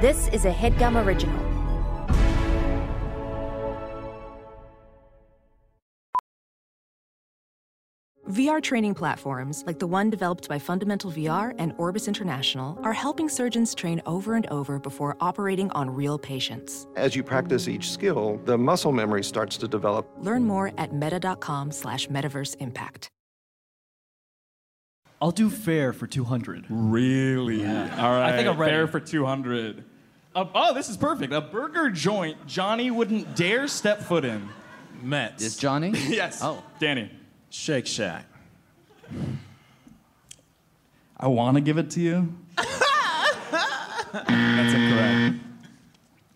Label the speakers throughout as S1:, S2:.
S1: This is a headgum original.
S2: VR training platforms, like the one developed by Fundamental VR and Orbis International, are helping surgeons train over and over before operating on real patients.
S3: As you practice each skill, the muscle memory starts to develop.
S2: Learn more at meta.com slash metaverse impact.
S4: I'll do fair for 200.
S5: Really? All right.
S4: I think I'm ready.
S5: Fair for 200. Uh, oh, this is perfect. A burger joint Johnny wouldn't dare step foot in.
S6: Mets.
S7: Is Johnny?
S5: Yes.
S7: Oh.
S5: Danny.
S6: Shake Shack.
S5: I want to give it to you. That's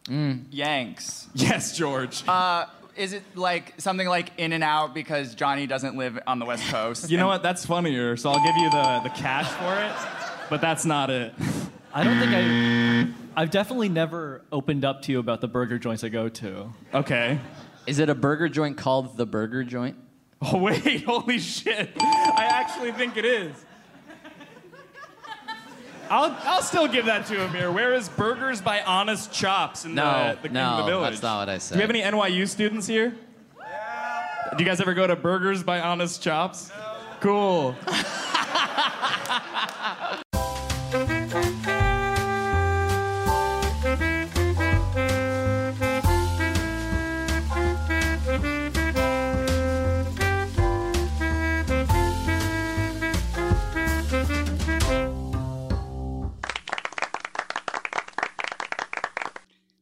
S5: incorrect.
S8: Yanks.
S5: Yes, George.
S4: Uh,
S8: Is it like something like In and Out because Johnny doesn't live on the West Coast?
S5: you know what? That's funnier, so I'll give you the, the cash for it, but that's not it.
S4: I don't think I. I've definitely never opened up to you about the burger joints I go to.
S5: Okay.
S7: Is it a burger joint called the Burger Joint?
S5: Oh, wait, holy shit. I actually think it is. I'll, I'll still give that to Amir. Where is Burgers by Honest Chops in
S7: No,
S5: the, the, in the
S7: no,
S5: village?
S7: that's not what I said.
S5: Do you have any NYU students here? Yeah. Do you guys ever go to Burgers by Honest Chops? No. Cool.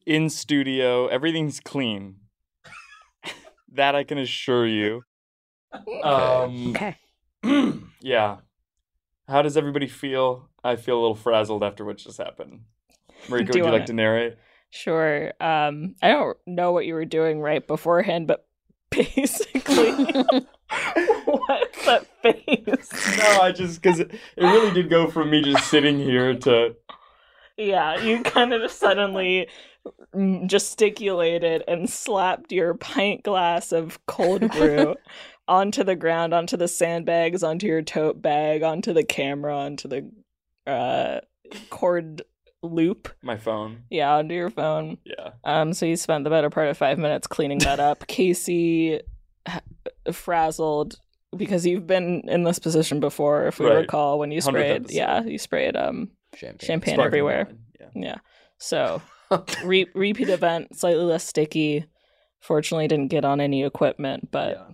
S5: in studio. Everything's clean. that I can assure you. Um,
S1: Okay.
S5: yeah. How does everybody feel? I feel a little frazzled after what just happened. Marika, would
S9: Do
S5: you
S9: you
S5: like
S9: wanna-
S5: to narrate?
S9: Sure. Um, I don't know what you were doing right beforehand, but basically, what's that face?
S5: No, I just because it, it really did go from me just sitting here to
S9: Yeah, you kind of suddenly gesticulated and slapped your pint glass of cold brew onto the ground, onto the sandbags, onto your tote bag, onto the camera, onto the uh, cord loop.
S5: my phone.
S9: Yeah, onto your phone.
S5: Yeah.
S9: Um, so you spent the better part of five minutes cleaning that up. Casey, h- frazzled because you've been in this position before, if we
S5: Right.
S9: recall, when you
S5: 100th
S9: sprayed,
S5: episode.
S9: yeah, you sprayed um
S7: Champagne.
S9: champagne
S5: Sparkling
S9: everywhere.
S5: wine, Yeah.
S9: Yeah. So re- repeat event, slightly less sticky. Fortunately, didn't get on any equipment, but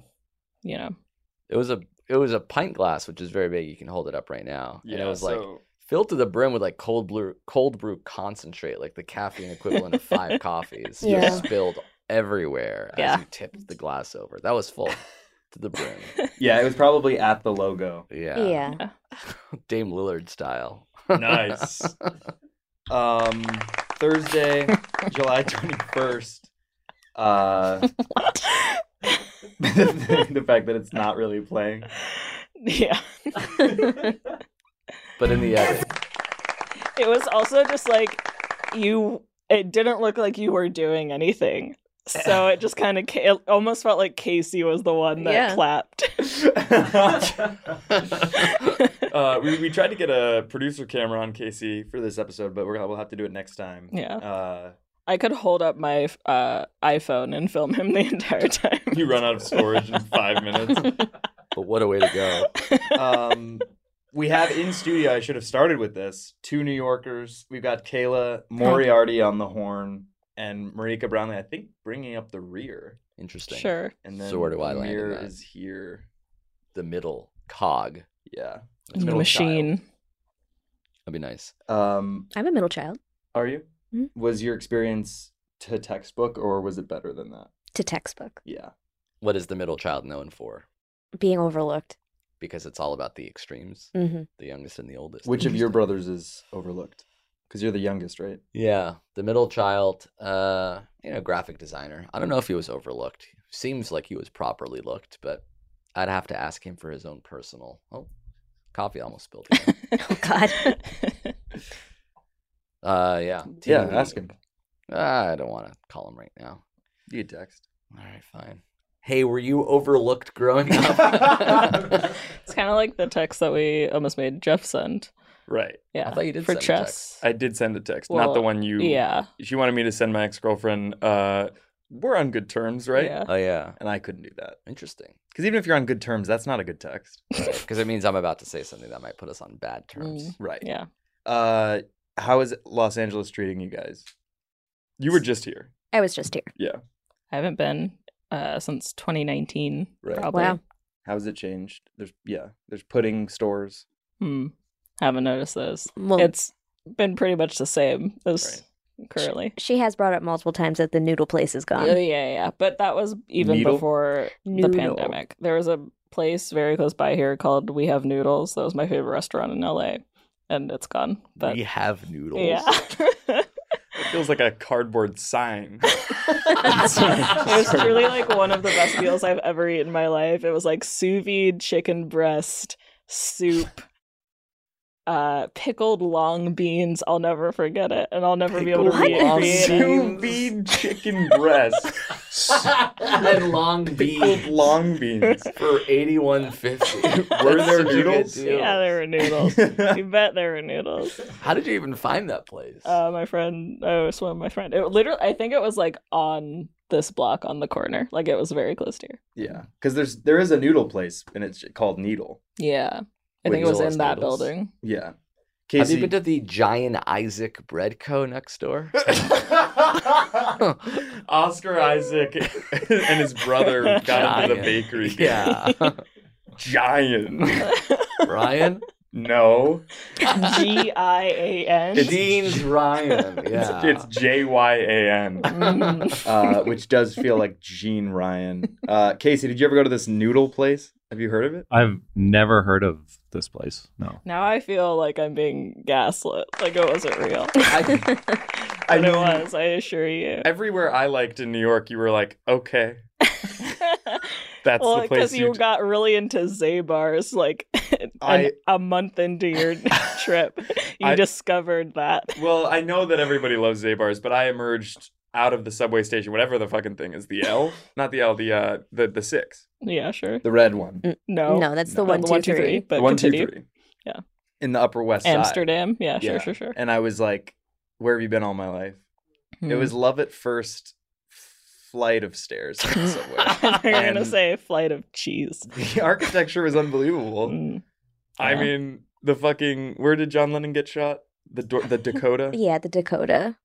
S6: yeah.
S9: you know,
S7: It was a it was a pint glass, which is very big. You can hold it up right now.
S5: Yeah.
S7: and it was like
S5: so-
S7: filled to the brim with like cold brew cold brew concentrate, like the caffeine equivalent of five coffees. Just
S1: Yeah.
S7: spilled everywhere
S9: Yeah.
S7: as you tipped the glass over. That was full to the brim.
S6: Yeah, it was probably at the logo.
S7: Yeah.
S1: Yeah.
S7: Dame Lillard style.
S6: Nice. Um, Thursday, July 21st. Uh,
S9: what?
S6: the fact that it's not really playing.
S9: yeah.
S7: But in the end,
S9: It was also just like you. It didn't look like you were doing anything, so it just kind of it almost felt like Casey was the one that
S1: Yeah.
S9: clapped.
S6: uh, we, we tried to get a producer camera on Casey for this episode, but we're, we'll have to do it next time.
S9: Yeah.
S6: Uh,
S9: I could hold up my uh, iPhone and film him the entire time.
S6: you run out of storage in five minutes.
S7: but what a way to go.
S6: Um, we have in studio, I should have started with this, two New Yorkers. We've got Kayla Moriarty on the horn and Marika Brownlee, I think, bringing up the rear.
S7: Interesting.
S9: Sure.
S6: And then
S7: So where do I land in
S6: Amir
S7: that?
S6: is here.
S7: The middle cog.
S6: Yeah.
S7: That's
S9: The
S7: middle child.
S9: machine.
S7: That'd be nice.
S6: Um,
S1: I'm a middle child
S6: are you?
S1: Mhm.
S6: Was your experience to textbook or was it better than that?
S1: to textbook,
S6: Yeah.
S7: What is the middle child known for?
S1: being overlooked.
S7: Because it's all about the extremes,
S1: hmm
S7: the youngest and the oldest.
S6: Which of your brothers is overlooked? Because you're the youngest, right?
S7: Yeah, the middle child, uh, you know, graphic designer. I don't know if he was overlooked. Seems like he was properly looked, but I'd have to ask him for his own personal. Oh, coffee almost spilled. again.
S1: Oh, God.
S7: uh, yeah.
S6: Yeah,
S7: TV.
S6: ask him.
S7: Ah, I don't want to call him right now.
S6: You can text.
S7: All right, fine. Hey, were you overlooked growing up?
S9: it's kind of like the text that we almost made Jeff send.
S5: Right.
S9: Yeah.
S7: I thought you did
S9: for
S7: send a text.
S9: chess.
S5: I did send a text, not the
S9: Well,
S5: one you.
S9: Yeah.
S5: She wanted me to send my ex girlfriend. Uh, we're on good terms, right?
S9: Yeah.
S7: Oh yeah,
S5: And I couldn't do that
S7: interesting.
S5: because even if you're on good terms, that's not a good text.
S7: Because it means I'm about to say something that might put us on bad terms.
S6: Mm.
S5: Right.
S9: Yeah.
S5: Uh, how is Los Angeles treating you guys? You were just here.
S1: I was just here.
S9: I haven't been uh, since 2019.
S5: Right.
S9: Probably.
S1: Wow.
S5: How's it changed? There's yeah. There's pudding stores.
S9: Hmm. Haven't noticed those.
S1: Well,
S9: It's been pretty much the same as currently.
S1: she has brought up multiple times that the noodle place is gone.
S9: Oh, yeah, yeah. But that was even
S5: Needle?
S9: before
S1: Noodle.
S9: the pandemic. There was a place very close by here called We Have Noodles. That was my favorite restaurant in LA, and it's gone. But
S7: we have noodles.
S9: yeah,
S5: It feels like a cardboard sign.
S9: it was truly like one of the best meals I've ever eaten in my life. It was like sous vide chicken breast soup. Uh, pickled long beans. I'll never forget it, and I'll never be able to
S1: Pickled long
S9: recreate it.
S5: Two bean chicken breast.
S7: and long
S5: Pickled
S7: beans
S5: long beans.
S7: for eighty one fifty.
S5: Were there noodles?
S9: Yeah, there were noodles. you bet there were noodles.
S7: How did you even find that place?
S9: Uh, my friend, oh, it's one of my friend. It literally, I think it was like on this block on the corner. Like it was very close to here.
S6: Yeah, because there's there is a noodle place and it's called Needle.
S9: Yeah, I
S7: Wait,
S9: think it was
S7: Zola's
S9: in that
S7: noodles?
S9: building.
S6: Yeah,
S7: have
S6: Casey.
S7: you been to the Giant Isaac Bread Co. next door?
S5: Oscar Isaac and his brother got into the
S7: Giant.
S5: bakery. game.
S7: yeah,
S5: Giant.
S7: Ryan.
S5: No.
S9: G I A N.
S7: Dean's Ryan. Yeah,
S5: It's, it's J Y A N.
S9: Mm.
S6: uh, which does feel like Gene Ryan. Uh, Casey, did you ever go to this noodle place? Have you heard of it?
S10: I've never heard of this place. No.
S9: Now I feel like I'm being gaslit. Like it wasn't real.
S7: I,
S9: But it
S5: mean,
S9: was. I assure you.
S5: Everywhere I liked in New York, you were like, okay, that's
S9: well,
S5: the place
S9: because you
S5: you.
S9: got really into Zabars like an,
S5: I-
S9: a month into your trip, you
S5: I-
S9: discovered that.
S5: well, I know that everybody loves Zabars, but I emerged out of the subway station, whatever the fucking thing is, the L, not the L, the uh, the the six.
S9: Yeah, sure.
S6: The red one.
S9: No,
S1: no, that's the
S9: Not
S1: one, two, three.
S9: But
S5: One, two,
S9: continue.
S5: three.
S9: Yeah.
S5: In the Upper West
S9: Amsterdam. Yeah, sure,
S5: Yeah.
S9: sure, sure.
S5: And I was like, where have you been all my life? It
S9: Hmm.
S5: was
S9: Mm.
S5: love at first flight of stairs on the subway.
S9: Hmm. They're gonna
S5: And
S9: say flight of cheese.
S5: the architecture was unbelievable.
S9: Mm.
S5: I
S9: Yeah.
S5: mean, the fucking where did John Lennon get shot? The Dor- the Dakota.
S1: yeah, the Dakota.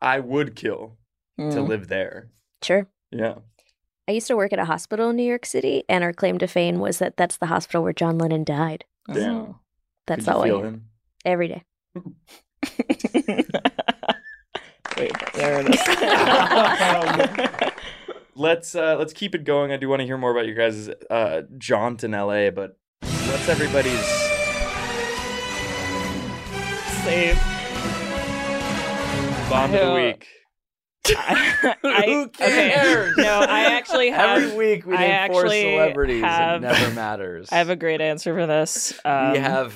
S5: I would kill to
S9: Mm.
S5: live there.
S1: Sure.
S5: Yeah.
S1: I used to work at a hospital in New York City, and our claim to fame was that that's the hospital where John Lennon died.
S5: Damn.
S1: That's
S5: Could you
S1: all I
S5: feel
S1: hear.
S5: him?
S1: every day.
S9: Wait, there it is.
S5: Let's uh, let's keep it going. I do want to hear more about your guys' uh, jaunt in LA, but what's everybody's?
S9: Save.
S5: Bomb of the
S9: Yeah.
S5: week.
S9: I,
S7: Who
S9: okay.
S7: cares?
S9: No, I actually have.
S7: every week we
S9: I
S7: name four
S9: actually
S7: celebrities.
S9: have-
S7: it never matters.
S9: I have a great answer for this. Um,
S7: we have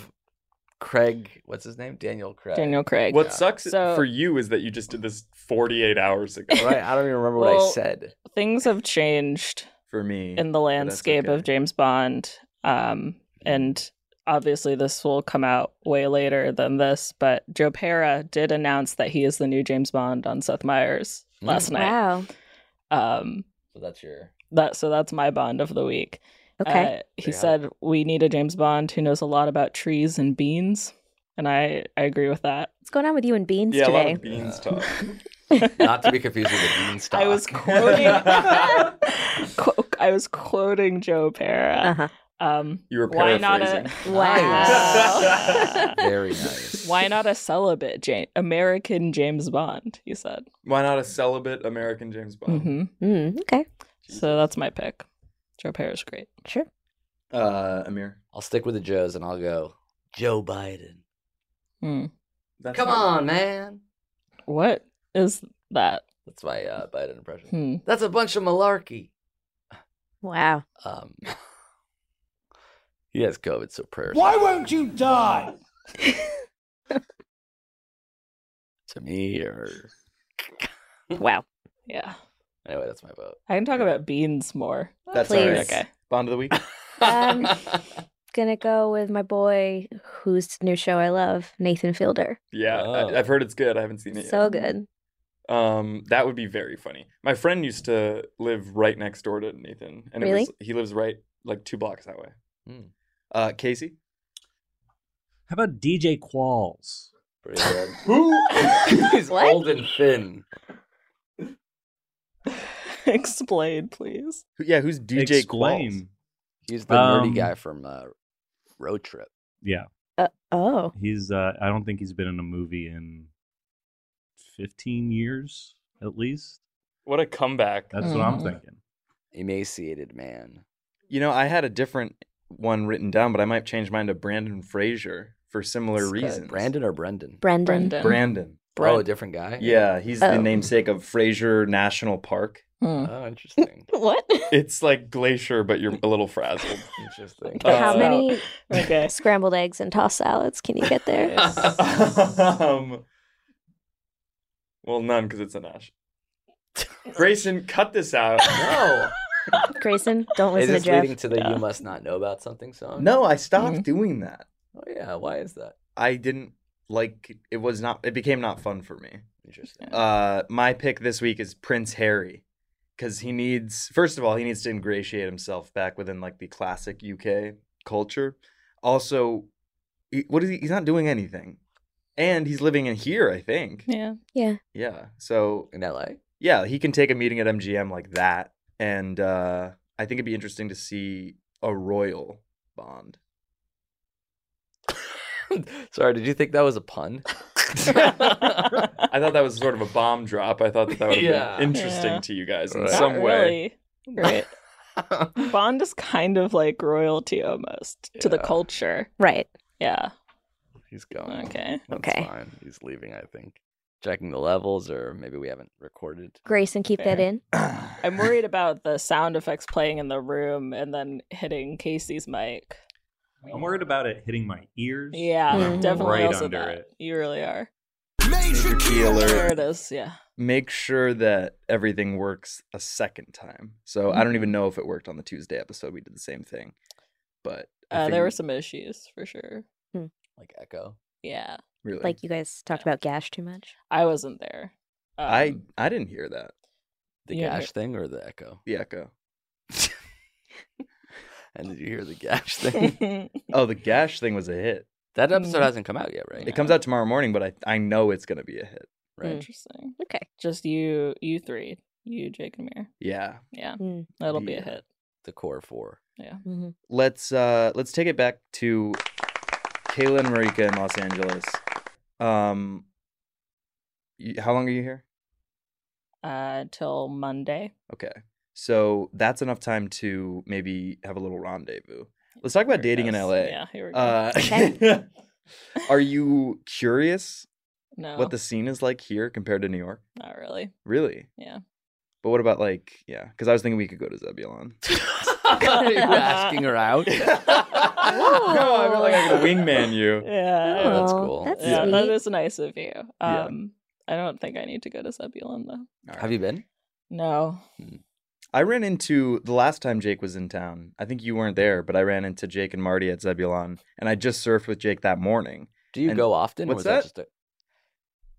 S7: Craig. What's his name? Daniel Craig.
S9: Daniel Craig.
S5: What sucks
S9: So-
S5: for you is that you just did this 48 hours ago.
S7: Right. I don't even remember what I
S9: Well,
S7: said.
S9: Things have changed
S6: for me.
S9: in the landscape
S6: okay.
S9: of James Bond. Um, and obviously, this will come out way later than this, but Joe Pera did announce that he is the new James Bond on Seth Meyers
S7: Mm.
S9: last night.
S1: Wow.
S9: Um,
S7: So that's your.
S9: that so that's my Bond of the week.
S1: Okay.
S9: Uh, he
S7: Very hot.
S9: said we need a James Bond who knows a lot about trees and beans, and I I agree with that.
S1: What's going on with you and beans
S5: yeah, a lot
S1: today?
S5: of beans
S7: Yeah.
S5: talk.
S7: Not to be confused with the beanstalk.
S9: I was quoting, Qu- I was quoting Joe Pera.
S1: Uh-huh.
S9: Um,
S5: You were
S9: why not a
S5: paraphrasing.
S9: wow?
S7: Very nice.
S9: Why not a celibate Jane, American James Bond? You said.
S5: Why not a celibate American James Bond?
S9: hmm
S1: Mm, okay.
S9: So that's my pick. Joe Pera's great.
S1: Sure.
S6: uh, Amir.
S7: I'll stick with the Joes and I'll go Joe Biden.
S9: Hmm.
S5: That's
S7: Come
S5: not-
S7: on, man.
S9: What is that?
S7: That's my uh, Biden impression.
S9: Hmm.
S7: That's a bunch of malarkey.
S1: Wow.
S7: Um, he has COVID, so prayers
S10: won't you die?
S7: to me. Or
S1: Wow.
S9: Yeah,
S7: anyway, that's my vote.
S9: I can talk about beans more.
S6: That's
S1: Please.
S6: all right.
S9: Okay.
S6: Bond of the week.
S1: Um, gonna go with my boy, whose new show I love, Nathan Fielder.
S11: Yeah,
S7: Oh.
S11: I, I've heard it's good. I haven't seen it
S1: So good.
S11: yet. Um, that would be very funny. My friend used to live right next door to Nathan, and
S1: Really?
S11: it was, he lives right like two blocks that way.
S7: Hmm.
S11: Uh, Casey,
S12: How about DJ Qualls?
S7: Pretty good.
S11: who?
S7: He's
S1: What?
S7: old and thin.
S9: Explain, please.
S11: Yeah, who's DJ Qualls?
S12: Explain.
S7: He's the nerdy
S12: Um,
S7: guy from uh, Road Trip.
S12: Yeah,
S1: Uh, oh,
S12: he's. Uh, I don't think he's been in a movie in fifteen years, at least.
S11: What a comeback!
S12: That's what I'm
S9: Mm.
S12: thinking.
S7: Emaciated man.
S11: You know, I had a different one written down, but I might change mine to Brandon Fraser for similar
S7: This guy,
S11: reasons.
S7: Brandon or Brendan?
S1: Brendan.
S9: Brendan.
S11: Brandon.
S7: Bro, a different guy?
S11: Yeah, he's the
S1: Oh.
S11: namesake of Fraser National Park.
S9: Hmm.
S7: Oh, interesting.
S1: What?
S11: It's like glacier, but you're a little frazzled.
S7: interesting.
S9: Uh,
S1: How many
S9: Okay.
S1: scrambled eggs and tossed salads can you get there?
S11: um, well, none because it's a Nash. Grayson, cut this out.
S7: No.
S1: Grayson, don't
S7: Is
S1: listen to
S7: this
S1: Jeff.
S7: leading to the
S9: Yeah.
S7: you must not know about something song?
S5: No, I stopped
S7: Mm-hmm.
S9: Mhm.
S5: doing that.
S7: Oh, yeah. Why is that?
S5: I didn't like it was not it became not fun for me.
S7: Interesting.
S5: Uh my pick this week is Prince Harry cuz he needs first of all he needs to ingratiate himself back within like the classic UK culture. Also he, what is he he's not doing anything. And he's living in here, I think.
S9: Yeah.
S5: Yeah. So
S7: In LA?
S5: yeah, he can take a meeting at MGM like that and uh I think it'd be interesting to see a royal bond.
S7: Sorry, did you think that was a pun?
S11: I thought that was sort of a bomb drop. I thought that that would have
S7: Yeah.
S11: been interesting
S9: Yeah.
S11: to you guys in
S7: Right.
S9: Not
S11: some way.
S9: really. Right. Bond is kind of like royalty almost to the
S7: Yeah.
S9: culture.
S1: Right.
S9: Yeah.
S7: He's going.
S9: Okay.
S7: That's
S1: Okay.
S7: fine. He's leaving, I think. Checking the levels, or maybe we haven't recorded.
S1: Grayson, keep that
S9: Fair.
S1: in.
S9: I'm worried about the sound effects playing in the room and then hitting Casey's mic.
S12: I'm worried about it hitting my ears.
S9: Yeah,
S1: Mhm.
S9: definitely
S12: Right
S9: also
S12: under
S9: that.
S12: it.
S9: You really are.
S5: Major
S9: There it is. Yeah.
S5: make sure that everything works a second time. So I
S9: Mm-hmm.
S5: don't even know if it worked on the Tuesday episode. We did the same thing, but I
S9: Uh, there were
S5: figured-
S9: some issues for sure.
S7: Like Echo.
S9: Yeah.
S5: really.
S1: Like you guys talked about Gash too much.
S9: I wasn't there. Um,
S5: I I didn't hear that
S7: The
S9: Yeah.
S7: gash thing or the Echo?
S5: the echo.
S7: And did you hear the gash
S9: Um,
S7: thing?
S5: Oh, the gash thing was a hit.
S7: that episode
S9: Mm.
S7: hasn't come out yet, right?
S5: It comes out tomorrow morning, but I I know it's gonna be a hit.
S7: Right.
S9: Interesting.
S1: Okay.
S9: Just you, you three, you, Jake, and Mir.
S5: Yeah,
S9: Yeah,
S1: Mm,
S9: that'll be a
S5: Yeah.
S9: hit.
S7: The core four.
S1: mhm.
S5: let's uh let's take it back to Kayla and Marika in Los Angeles. Um, you, how long are you here?
S9: Uh, till Monday.
S5: Okay. So that's enough time to maybe have a little rendezvous. Let's talk about
S9: Here it
S5: dating in
S9: goes.
S5: LA.
S9: Yeah, here we go.
S5: Uh,
S1: Okay.
S5: are you curious
S9: no,
S5: what the scene is like here compared to New York?
S9: not really.
S5: Really?
S9: Yeah.
S5: But what about like, yeah, because I was thinking we could go to Zebulon.
S7: Are you asking her out?
S5: no, I feel like I could wingman you.
S9: Yeah,
S7: Oh, that's
S1: Aw,
S7: cool.
S1: That's
S9: yeah,
S1: sweet.
S9: that is nice of you.
S5: Yeah.
S9: Um, I don't think I need to go to Zebulon though.
S7: Have you been?
S9: No,
S5: I ran into the last time Jake was in town. I think you weren't there, but I ran into Jake and Marty at Zebulon, and I just surfed with Jake that morning.
S7: Do you
S5: And-
S7: go often?
S5: what's
S7: was
S5: that?
S7: just a...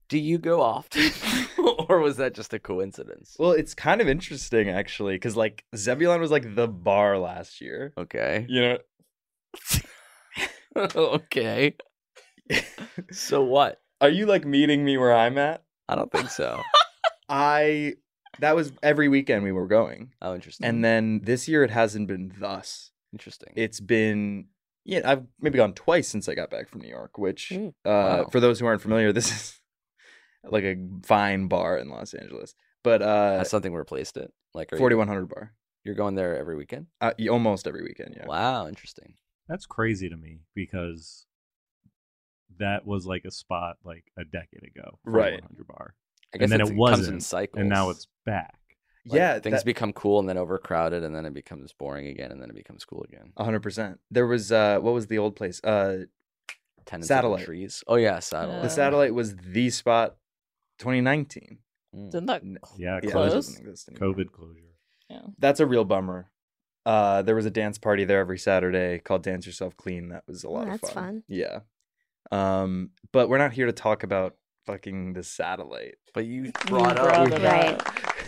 S7: Do you go often? or was that just a coincidence?
S5: Well, it's kind of interesting actually, because like Zebulon was like the bar last year.
S7: okay.
S11: You know,
S7: okay. so what?
S11: are you like meeting me where I'm at?
S7: I don't think so.
S5: I that was every weekend we were going.
S7: Oh, interesting.
S5: And then this year it hasn't been thus.
S7: interesting.
S5: It's been yeah, I've maybe gone twice since I got back from New York, which
S1: Mm.
S5: uh
S7: Hmm, Wow.
S5: for those who aren't familiar, this is like a fine bar in Los Angeles. But uh
S7: Has something replaced it? Like are you-
S5: 4100 bar.
S7: You're going there every weekend?
S5: Uh, y- almost every weekend, yeah.
S7: Wow, interesting.
S12: That's crazy to me because that was like a spot like a decade ago.
S11: Right.
S12: 4100 Bar. And
S7: I guess
S12: then
S7: it's-
S12: it
S7: comes in
S12: wasn't,
S7: cycles,
S12: And now it's back.
S7: Like,
S5: yeah,
S7: Things
S5: that-
S7: become cool and then overcrowded, and then it becomes boring again, and then it becomes cool again.
S5: a 100%. There was uh what was the old place? Uh
S7: Tenants
S5: satellite.
S7: of trees. Oh yeah, satellite.
S9: Uh,
S5: the satellite was the spot 2019.
S7: Mm.
S9: didn't that?
S5: N-
S12: Yeah,
S5: yeah, that
S9: closed?
S5: doesn't exist anymore.
S12: COVID closure.
S5: That's a real bummer. Uh, there was a dance party there every Saturday called Dance Yourself Clean. That was a lot of
S1: that's
S5: fun.
S1: fun.
S5: Yeah. Um, but we're not here to talk about fucking the satellite.
S7: But you brought up
S9: brought it Right. up.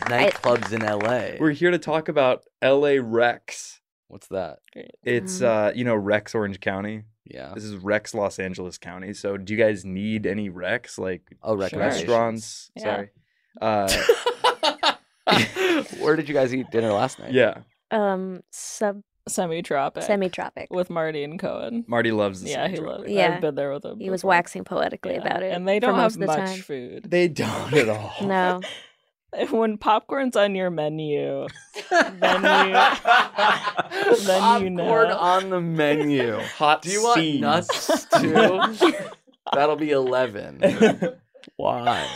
S7: nightclubs in LA.
S5: We're here to talk about LA Rex.
S7: What's that?
S5: It's
S7: Mm.
S5: uh, you know, Rex Orange County.
S7: Yeah.
S5: This is Rex Los Angeles County. So do you guys need any Rex? Like
S7: Oh,
S5: restaurants.
S7: recommendations. Yeah.
S5: Sorry. Uh,
S7: Where did you guys eat dinner last night?
S5: yeah.
S1: Um, sub
S9: Semi tropic.
S1: semi tropic.
S9: with Marty and Cohen.
S5: Marty loves this.
S9: yeah, he loves.
S1: Yeah.
S9: I've been there with him.
S1: He was
S9: before.
S1: waxing poetically
S9: Yeah,
S1: about it.
S9: and they
S1: for
S9: don't
S1: most
S9: have
S1: of the
S9: much
S1: time.
S9: food.
S5: They don't at all.
S1: No,
S9: When popcorn's on your menu, then you then you
S7: Popcorn
S9: know.
S7: on the menu.
S5: Hot
S7: Do you want
S5: scenes.
S7: nuts too? That'll be eleven. Why?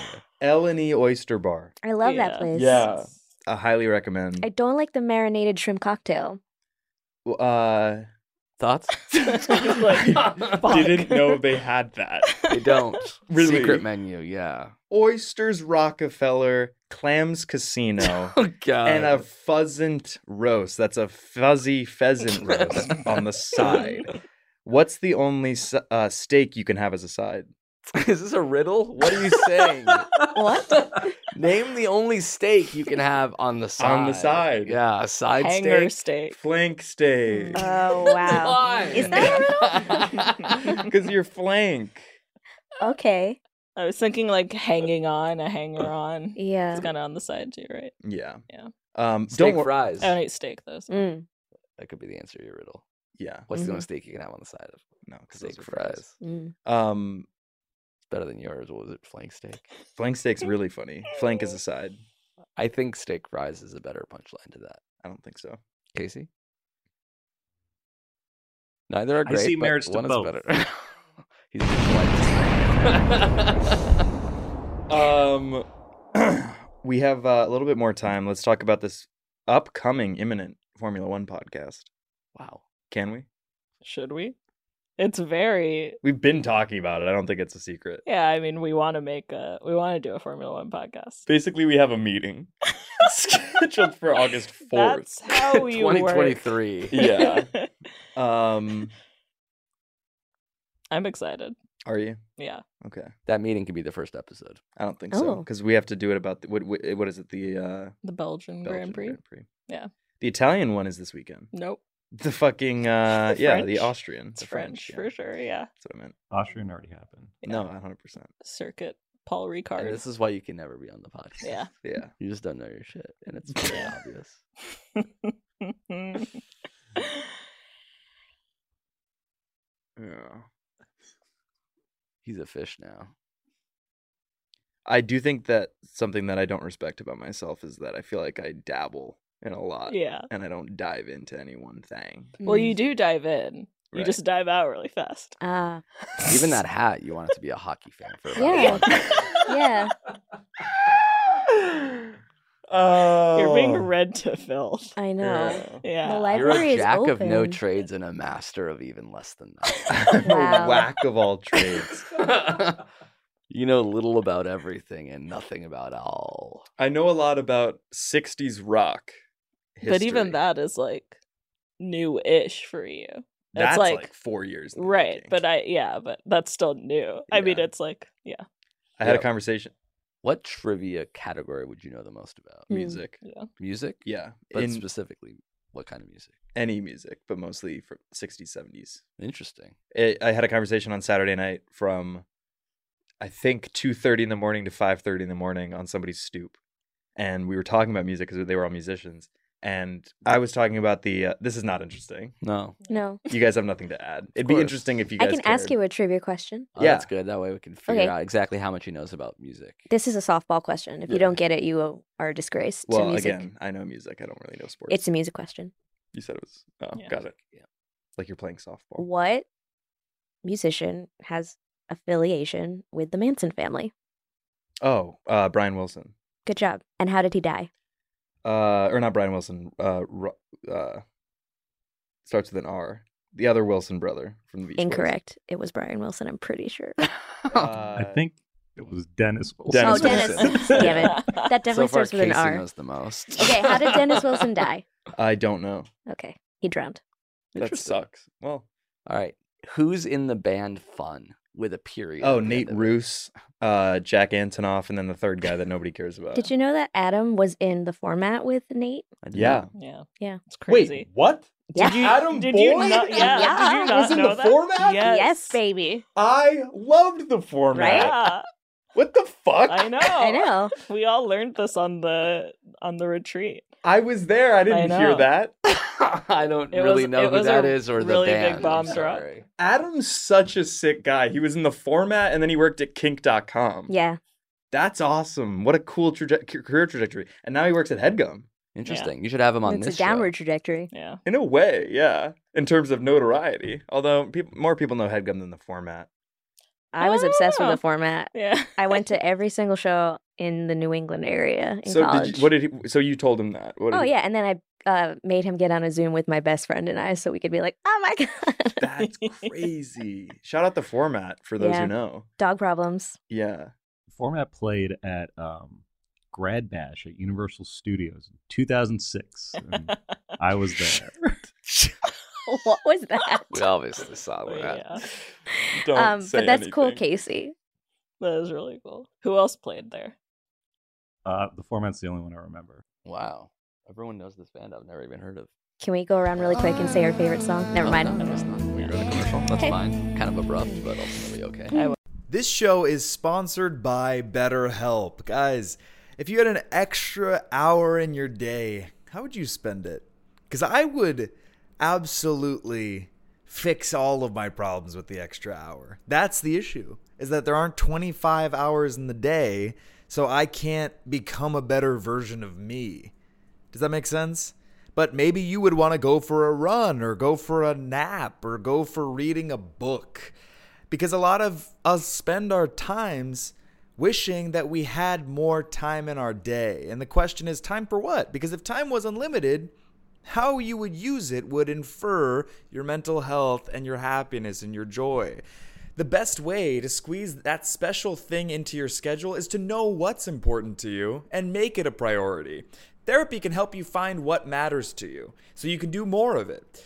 S5: L and E Oyster Bar.
S1: I love
S9: Yeah.
S1: that place.
S5: Yeah. I highly recommend.
S1: I don't like the marinated shrimp cocktail.
S5: uh
S7: Thoughts?
S9: Like, fuck.
S5: didn't know they had that.
S7: They don't.
S5: Really?
S7: Secret menu, yeah.
S5: Oysters Rockefeller, Clams Casino,
S7: Oh god.
S5: and a pheasant roast. That's a fuzzy pheasant roast on the side. What's the only s- uh, steak you can have as a side?
S7: Is this a riddle? What are you saying?
S1: What?
S7: Name the only steak you can have on the side.
S5: On the side.
S7: Yeah, a side
S9: Hanger
S7: steak.
S9: steak.
S5: Flank steak.
S1: Oh wow!
S7: Why?
S1: Is that
S9: a riddle?
S5: Because you're flank.
S1: okay,
S9: I was thinking like hanging on, a hanger on.
S1: yeah.
S9: It's kind of on the side too, right?
S5: Yeah.
S9: Yeah.
S5: Um,
S7: steak
S5: don't wor-
S7: fries.
S9: I don't eat steak though. so-
S1: Mm.
S7: That could be the answer to your riddle.
S5: Yeah.
S7: What's
S1: Mhm.
S7: the only steak you can have on the side of?
S5: No, 'cause those
S7: Steak
S5: are
S7: fries. It's
S1: Mm.
S5: Um,
S7: better than yours. What was it? Flank steak.
S5: flank steak's really funny. Flank is a side.
S7: I think steak fries is a better punchline to that.
S5: I don't think so.
S7: Casey? Neither are
S12: I
S7: great.
S12: see
S7: but
S12: merits to
S7: one is
S12: both.
S7: better. He's being polite.
S5: Um, we have uh, a little bit more time. Let's talk about this upcoming imminent Formula One podcast.
S7: wow.
S5: Can we?
S9: Should we? It's very
S5: We've been talking about it. I don't think it's a secret.
S9: yeah. I mean, we want to make a we want to do a Formula One podcast.
S5: Basically, we have a meeting scheduled for August
S9: That's how we work.
S7: 2023.
S5: Yeah. Um,
S9: I'm excited.
S5: are you
S9: Yeah,
S5: okay?
S7: That meeting could be the first episode.
S5: I don't think so
S1: Oh.
S5: because we have to do it about the, what? What what is it? The uh,
S9: the Belgian,
S5: Belgian
S9: Grand Prix. Yeah.
S5: The Italian one is this weekend.
S9: Nope,
S5: The fucking uh,
S9: The
S5: yeah,
S9: French.
S5: the Austrian.
S9: it's
S5: the
S9: French,
S5: yeah.
S9: for sure. Yeah,
S5: That's what I meant.
S12: Austrian already happened.
S5: No, No, hundred percent.
S9: circuit Paul Ricard.
S7: And this is why you can never be on the podcast.
S9: Yeah.
S5: Yeah.
S7: You just don't know your shit. And it's pretty obvious.
S9: Mm,
S5: Yeah.
S7: He's a fish now.
S5: I do think that something that I don't respect about myself is that I feel like I dabble in a lot
S9: yeah.
S5: and I don't dive into any one thing.
S9: Well, you do dive in. You
S5: Right.
S9: just dive out really fast.
S1: Ah,
S7: Even that hat, you want it to be a hockey fan for about a
S1: Yeah.
S7: month.
S1: yeah.
S5: Oh.
S9: You're being read to filth.
S1: I know. The
S9: Yeah.
S7: You're
S1: library
S7: a
S1: is
S7: jack of no
S1: open.
S7: trades and a master of even less than
S5: I'm a
S1: Wow.
S5: whack of all trades.
S7: that. you know little about everything and nothing about all.
S5: I know a lot about 60s rock.
S9: But even
S5: history.
S9: that is like new ish for you.
S5: that's
S9: That's
S5: like,
S9: like-
S5: four years. in the
S9: Right.
S5: making.
S9: But I, yeah, but that's still new. I mean,
S5: Yeah.
S9: it's like, yeah.
S5: I had a
S7: Yeah.
S5: conversation.
S7: What trivia category would you know the most about?
S9: Hmm.
S1: Mm.
S5: Music.
S9: Yeah.
S7: Music?
S5: Yeah.
S7: But
S5: in
S7: specifically, what kind of music?
S5: any music, but mostly for 60s, 70s.
S7: Interesting.
S5: I I had a conversation on Saturday night from I think 2:30 in the morning to 5:30 in the morning on somebody's stoop and we were talking about music cuz they were all musicians and I was talking about the uh, this is not interesting.
S7: No.
S1: No,
S5: You guys have nothing to add. It'd be
S7: course.
S5: interesting if you
S1: I
S5: guys
S1: can ask
S5: cared.
S1: you a trivia question.
S7: Oh, That's good. That way we can figure
S1: Okay.
S7: out exactly how much he knows about music.
S1: This is a softball question. If
S5: Yeah.
S1: you don't get it, you are a disgrace to
S5: well,
S1: music.
S5: again, I know music. I don't really know sports.
S1: It's a music question.
S5: you said it was. Oh,
S9: Yeah.
S5: got it.
S7: Yeah.
S5: Like you're playing softball.
S1: What musician has affiliation with the Manson family?
S5: Oh, uh, Brian Wilson.
S1: Good job. And how did he die?
S5: Uh, or not Brian Wilson. Uh, Ro- uh, starts with an R. The other Wilson brother from the Beach Boys.
S1: Incorrect. It was Brian Wilson, I'm pretty sure.
S5: Uh,
S12: I think it was Dennis Wilson.
S5: Dennis
S1: oh, Dennis.
S5: Wilson.
S1: Damn it. That definitely
S7: so far,
S1: starts with an
S7: Casey
S1: R.
S7: knows the most.
S1: Okay, how did Dennis Wilson die?
S6: I don't know.
S1: Okay. He drowned.
S6: That sucks. Well,
S7: all right. Who's in the band Fun with a period?
S6: Oh,
S7: at the
S6: Nate
S7: end of it?
S6: Roos, uh, Jack Antonoff, and then the third guy that nobody cares
S5: Uh.
S6: about.
S1: Did you know that Adam was in the format with Nate?
S6: Yeah.
S9: Yeah.
S1: Yeah.
S9: It's crazy.
S13: Wait, what?
S1: Yeah.
S13: Did you, Adam
S9: Did
S13: Boyd?
S9: you not- yeah, did you not
S13: was in
S9: know
S13: the
S9: that?
S13: format?
S9: Yes.
S1: Yes, baby.
S13: I loved the format.
S9: Yeah.
S13: What the fuck?
S9: I know.
S1: I know.
S9: We all learned this on the on the retreat.
S13: I was there. I didn't
S9: I
S13: hear
S9: know.
S13: that.
S7: I don't
S9: It
S7: really
S9: was-
S7: know
S9: it
S7: who
S9: was
S7: that
S9: a
S7: is or
S9: really big
S7: the band. I'm
S9: bomb drop.
S7: sorry.
S6: Adam's such a sick guy. He was in the format and then he worked at kink.com.
S1: Yeah.
S6: That's awesome. What a cool traje- c- career trajectory. And now he works at Headgum.
S7: Interesting. You should have him on
S1: it's
S7: this
S1: a
S7: show.
S1: downward trajectory.
S9: Yeah.
S6: In a way, yeah. In terms of notoriety. Although peop more people know Headgum than the format.
S1: I was
S9: I don't
S1: obsessed with
S9: know.
S1: the format.
S9: Yeah.
S1: I went to every single show in the New England area in
S6: so
S1: college.
S6: did you, what did he so you told him that? What did
S1: oh
S6: he-
S1: yeah, and then I uh, made him get on a Zoom with my best friend and I, so we could be like, "Oh my god,
S6: That's crazy. Shout out the format for those
S1: Yeah.
S6: who know.
S1: dog problems."
S6: Yeah.
S12: Format played at um, Grad Bash at Universal Studios in 2006. And I was there.
S1: What was that?
S7: We obviously saw that.
S9: Oh, yeah.
S6: Don't
S1: Oh. um,
S6: say
S1: but that's cool,
S6: anything.
S1: Casey.
S9: That was really cool. Who else played there?
S12: Uh, the format's the only one I remember.
S7: Wow. Everyone knows this band I've never even heard of.
S1: Can we go around really quick and say our favorite song? Never
S7: Oh,
S1: mind.
S7: no, I guess not. We wrote a commercial. That's
S1: Okay.
S7: fine. Kind of abrupt, but ultimately okay.
S14: This show is sponsored by BetterHelp. Guys, if you had an extra hour in your day, how would you spend it? Because I would absolutely fix all of my problems with the extra hour. That's the issue, is that there aren't 25 hours in the day, so I can't become a better version of me. Does that make sense? But maybe you would want to go for a run or go for a nap or go for reading a book. Because a lot of us spend our times wishing that we had more time in our day. And the question is time for what? Because if time was unlimited, how you would use it would infer your mental health and your happiness and your joy. The best way to squeeze that special thing into your schedule is to know what's important to you and make it a priority. Therapy can help you find what matters to you so you can do more of it.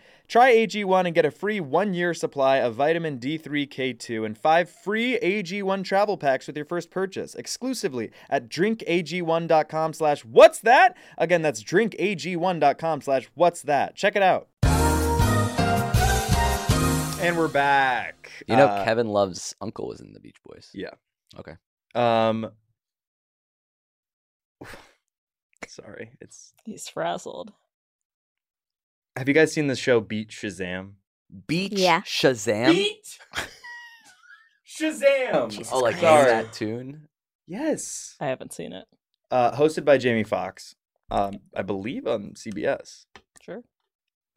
S6: Try AG1 and get a free one year supply of vitamin D3K2 and five free AG1 travel packs with your first purchase exclusively at drinkag1.com slash what's that? Again, that's drinkag1.com slash what's that. Check it out. And we're back.
S7: You know,
S6: Uh,
S7: Kevin Love's uncle was in the Beach Boys.
S6: Yeah.
S7: Okay.
S6: Um, sorry. It's
S9: He's frazzled.
S6: Have you guys seen the show Beat Shazam?
S7: Beach
S1: Yeah.
S7: Shazam.
S13: Beat Shazam.
S7: Oh, like
S6: Sorry.
S7: that tune.
S6: Yes.
S9: I haven't seen it.
S6: Uh, hosted by Jamie Foxx. um, I believe on CBS.
S9: Sure.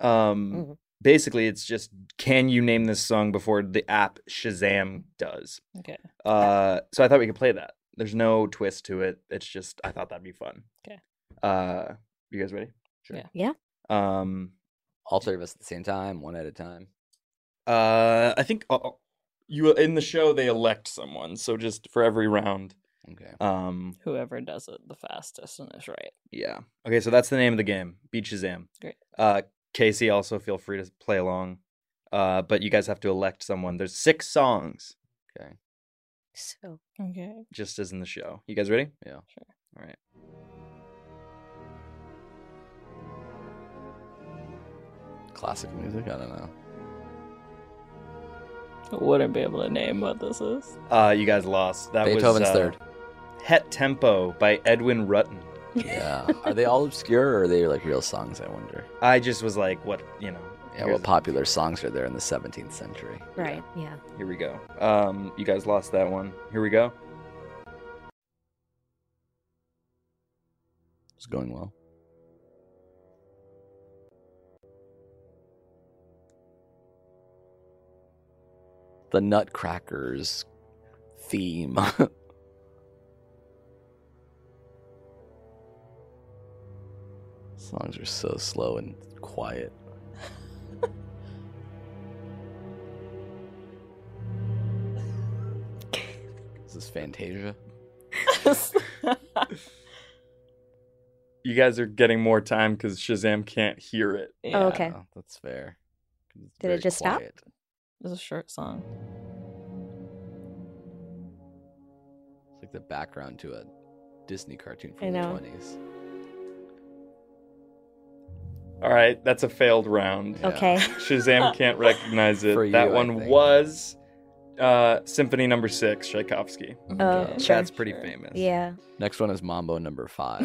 S6: Um,
S9: Mm-hmm.
S6: Basically, it's just can you name this song before the app Shazam does?
S9: Okay.
S6: Uh, so I thought we could play that. There's no twist to it. It's just I thought that'd be fun.
S9: Okay.
S6: Uh, you guys ready?
S9: Sure. Yeah.
S1: Yeah.
S6: Um,
S7: all three of us at the same time, one at a time.
S6: Uh, I think uh,
S5: you in the show they elect someone.
S6: So just for every round.
S7: Okay.
S6: Um.
S9: Whoever does it the fastest and is right.
S6: Yeah. Okay. So that's the name of the game. Beat Shazam.
S9: Great.
S6: Uh, Casey, also feel free to play along. Uh, but you guys have to elect someone. There's six songs,
S1: So
S9: okay.
S6: just as in the show. You guys ready?
S7: Yeah.
S6: Sure. All right.
S7: Classic music? I don't know.
S9: I wouldn't be able to name what this is.
S6: Uh, you guys lost. That
S7: Beethoven's
S6: was uh,
S7: Third.
S6: Het Tempo by Edwin Rutten.
S7: Yeah. Are they all obscure or are they like real songs? I wonder.
S6: I just was like, what you know?
S7: Yeah,
S6: here's
S7: what popular songs are there in the 17th century?
S1: Right. Yeah.
S6: Here we go. Um, you guys lost that one. Here we go.
S7: It's going well. The Nutcrackers theme. Songs are so slow and quiet. Is this Fantasia?
S5: You guys are getting more time because Shazam can't hear it.
S1: Oh, okay.
S7: Yeah, That's fair.
S1: Did it just stop?
S9: It's a short song.
S7: It's like the background to a Disney cartoon
S1: I
S7: from the
S1: know.
S7: 20s.
S5: All right, that's a failed round.
S1: Yeah. Okay.
S5: Shazam can't recognize it.
S6: For
S5: that
S6: you, I
S5: one
S6: think.
S5: was uh, Symphony Number Six, Tchaikovsky.
S1: Oh, sure.
S6: That's pretty famous.
S1: Yeah.
S7: Next one is Mambo number five.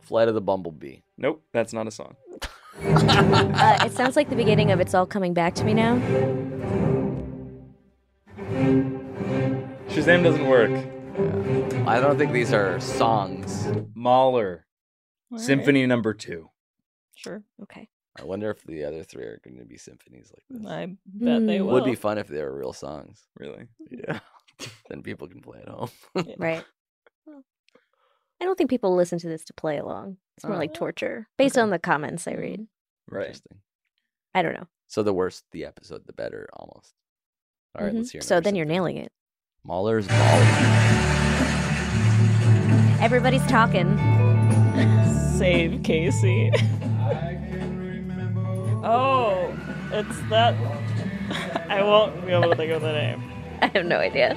S7: Flight of the Bumblebee.
S6: Nope, that's not a song.
S1: Uh, it sounds like the beginning of It's All Coming Back to Me Now.
S6: Shazam doesn't work.
S7: I don't think these are songs.
S6: Mahler,
S9: All right.
S6: Symphony Number Two.
S9: Sure.
S1: Okay.
S7: I wonder if the other three are going to be symphonies like this.
S9: I bet they
S7: It
S9: will.
S7: Hmm. would be fun if they were real songs.
S6: Really?
S7: Yeah. then people can play at home.
S1: Right. I don't think people listen to this to play along. It's more
S7: Oh.
S1: like torture based on the comments I read.
S6: Right.
S7: Interesting.
S1: I don't know.
S7: So the worse the episode, the better, almost. All right,
S1: Mhm.
S7: let's hear.
S1: So
S7: another
S1: then you're nailing it.
S7: sym- Mahler's Ball.
S1: Everybody's talking.
S9: Save Casey. oh, it's that. I won't be able to think of the name.
S1: I have no idea.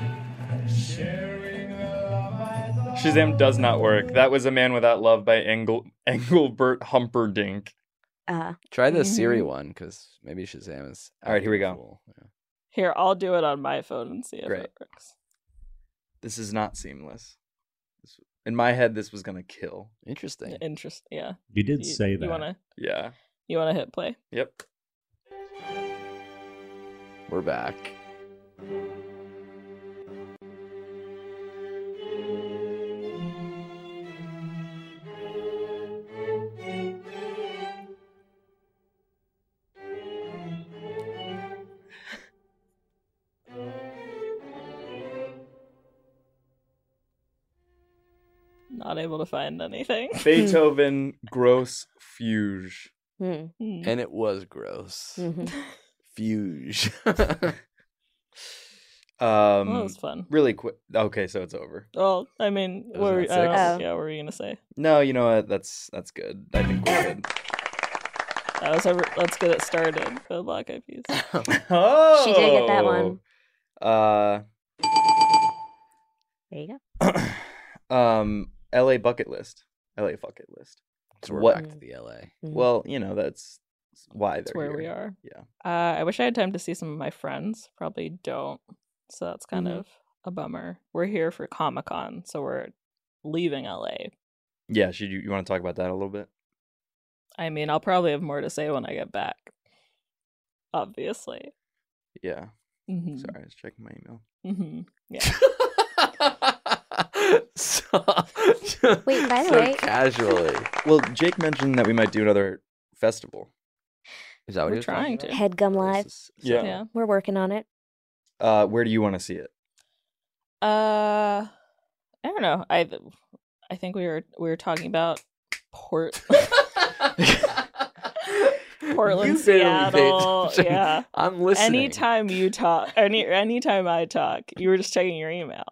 S5: Shazam does not work. That was A Man Without Love by Engel- Engelbert Humperdinck.
S1: Uh,
S7: Try the Siri one because maybe Shazam is.
S6: All right, here we go.
S9: Here, I'll do it on my phone and see if
S6: Great.
S9: it works.
S6: This is not seamless. This, in my head, this was gonna kill.
S7: Interesting.
S9: Interest. Yeah.
S12: You did say
S9: You
S12: that.
S9: wanna?
S6: Yeah.
S9: You wanna hit play?
S6: Yep.
S7: We're back.
S9: Not able to find anything.
S6: Beethoven Gross Fuge.
S1: Hmm.
S9: Hmm.
S7: And it was gross.
S1: Mhm.
S7: Fuge.
S6: Um,
S9: Well, that was fun.
S6: Really quick. Okay, so it's over.
S9: Well, I mean,
S6: That was
S9: what were,
S6: not
S9: I don't-
S6: six.
S9: yeah, what were you gonna say?
S6: No, you know what? That's that's good. I think we're good.
S9: That was over, let's get it started. The Black Eyed Peas.
S6: Oh,
S1: She did get that one.
S6: Uh,
S1: There you go.
S6: um, L.A. bucket list. L.A. bucket list.
S7: so we're
S6: What-
S7: back to the LA.
S1: Mhm.
S6: Well, you know that's why
S9: Mm-hmm. That's
S6: they're
S9: where we
S6: here.
S9: are.
S6: Yeah.
S9: Uh, I wish I had time to see some of my friends. Probably don't. So that's kind
S7: Mm-hmm.
S1: Mhm.
S9: of a bummer. We're here for Comic Con, so we're leaving LA.
S6: Yeah. Should you you want to talk about that a little bit?
S9: I mean, I'll probably have more to say when I get back. Obviously.
S6: Yeah.
S9: Mhm. Mm-hmm.
S6: Sorry, I was checking my email.
S9: hmm Yeah.
S1: Wait, by the
S7: so
S1: way,
S7: casually.
S6: Well, Jake mentioned that we might do another festival.
S7: Is that
S6: what
S1: We're
S6: he was
S1: trying
S6: talking
S1: to. Headgum Live.
S6: Yeah.
S1: We're working on it.
S6: about? Uh, where do you want to see it?
S9: Uh, I don't know. I I think we were we were talking about Port Portland,
S7: You barely paid
S9: Seattle.
S7: attention.
S9: Yeah,
S7: I'm listening.
S9: Anytime you talk, any anytime I talk, you were just checking your email.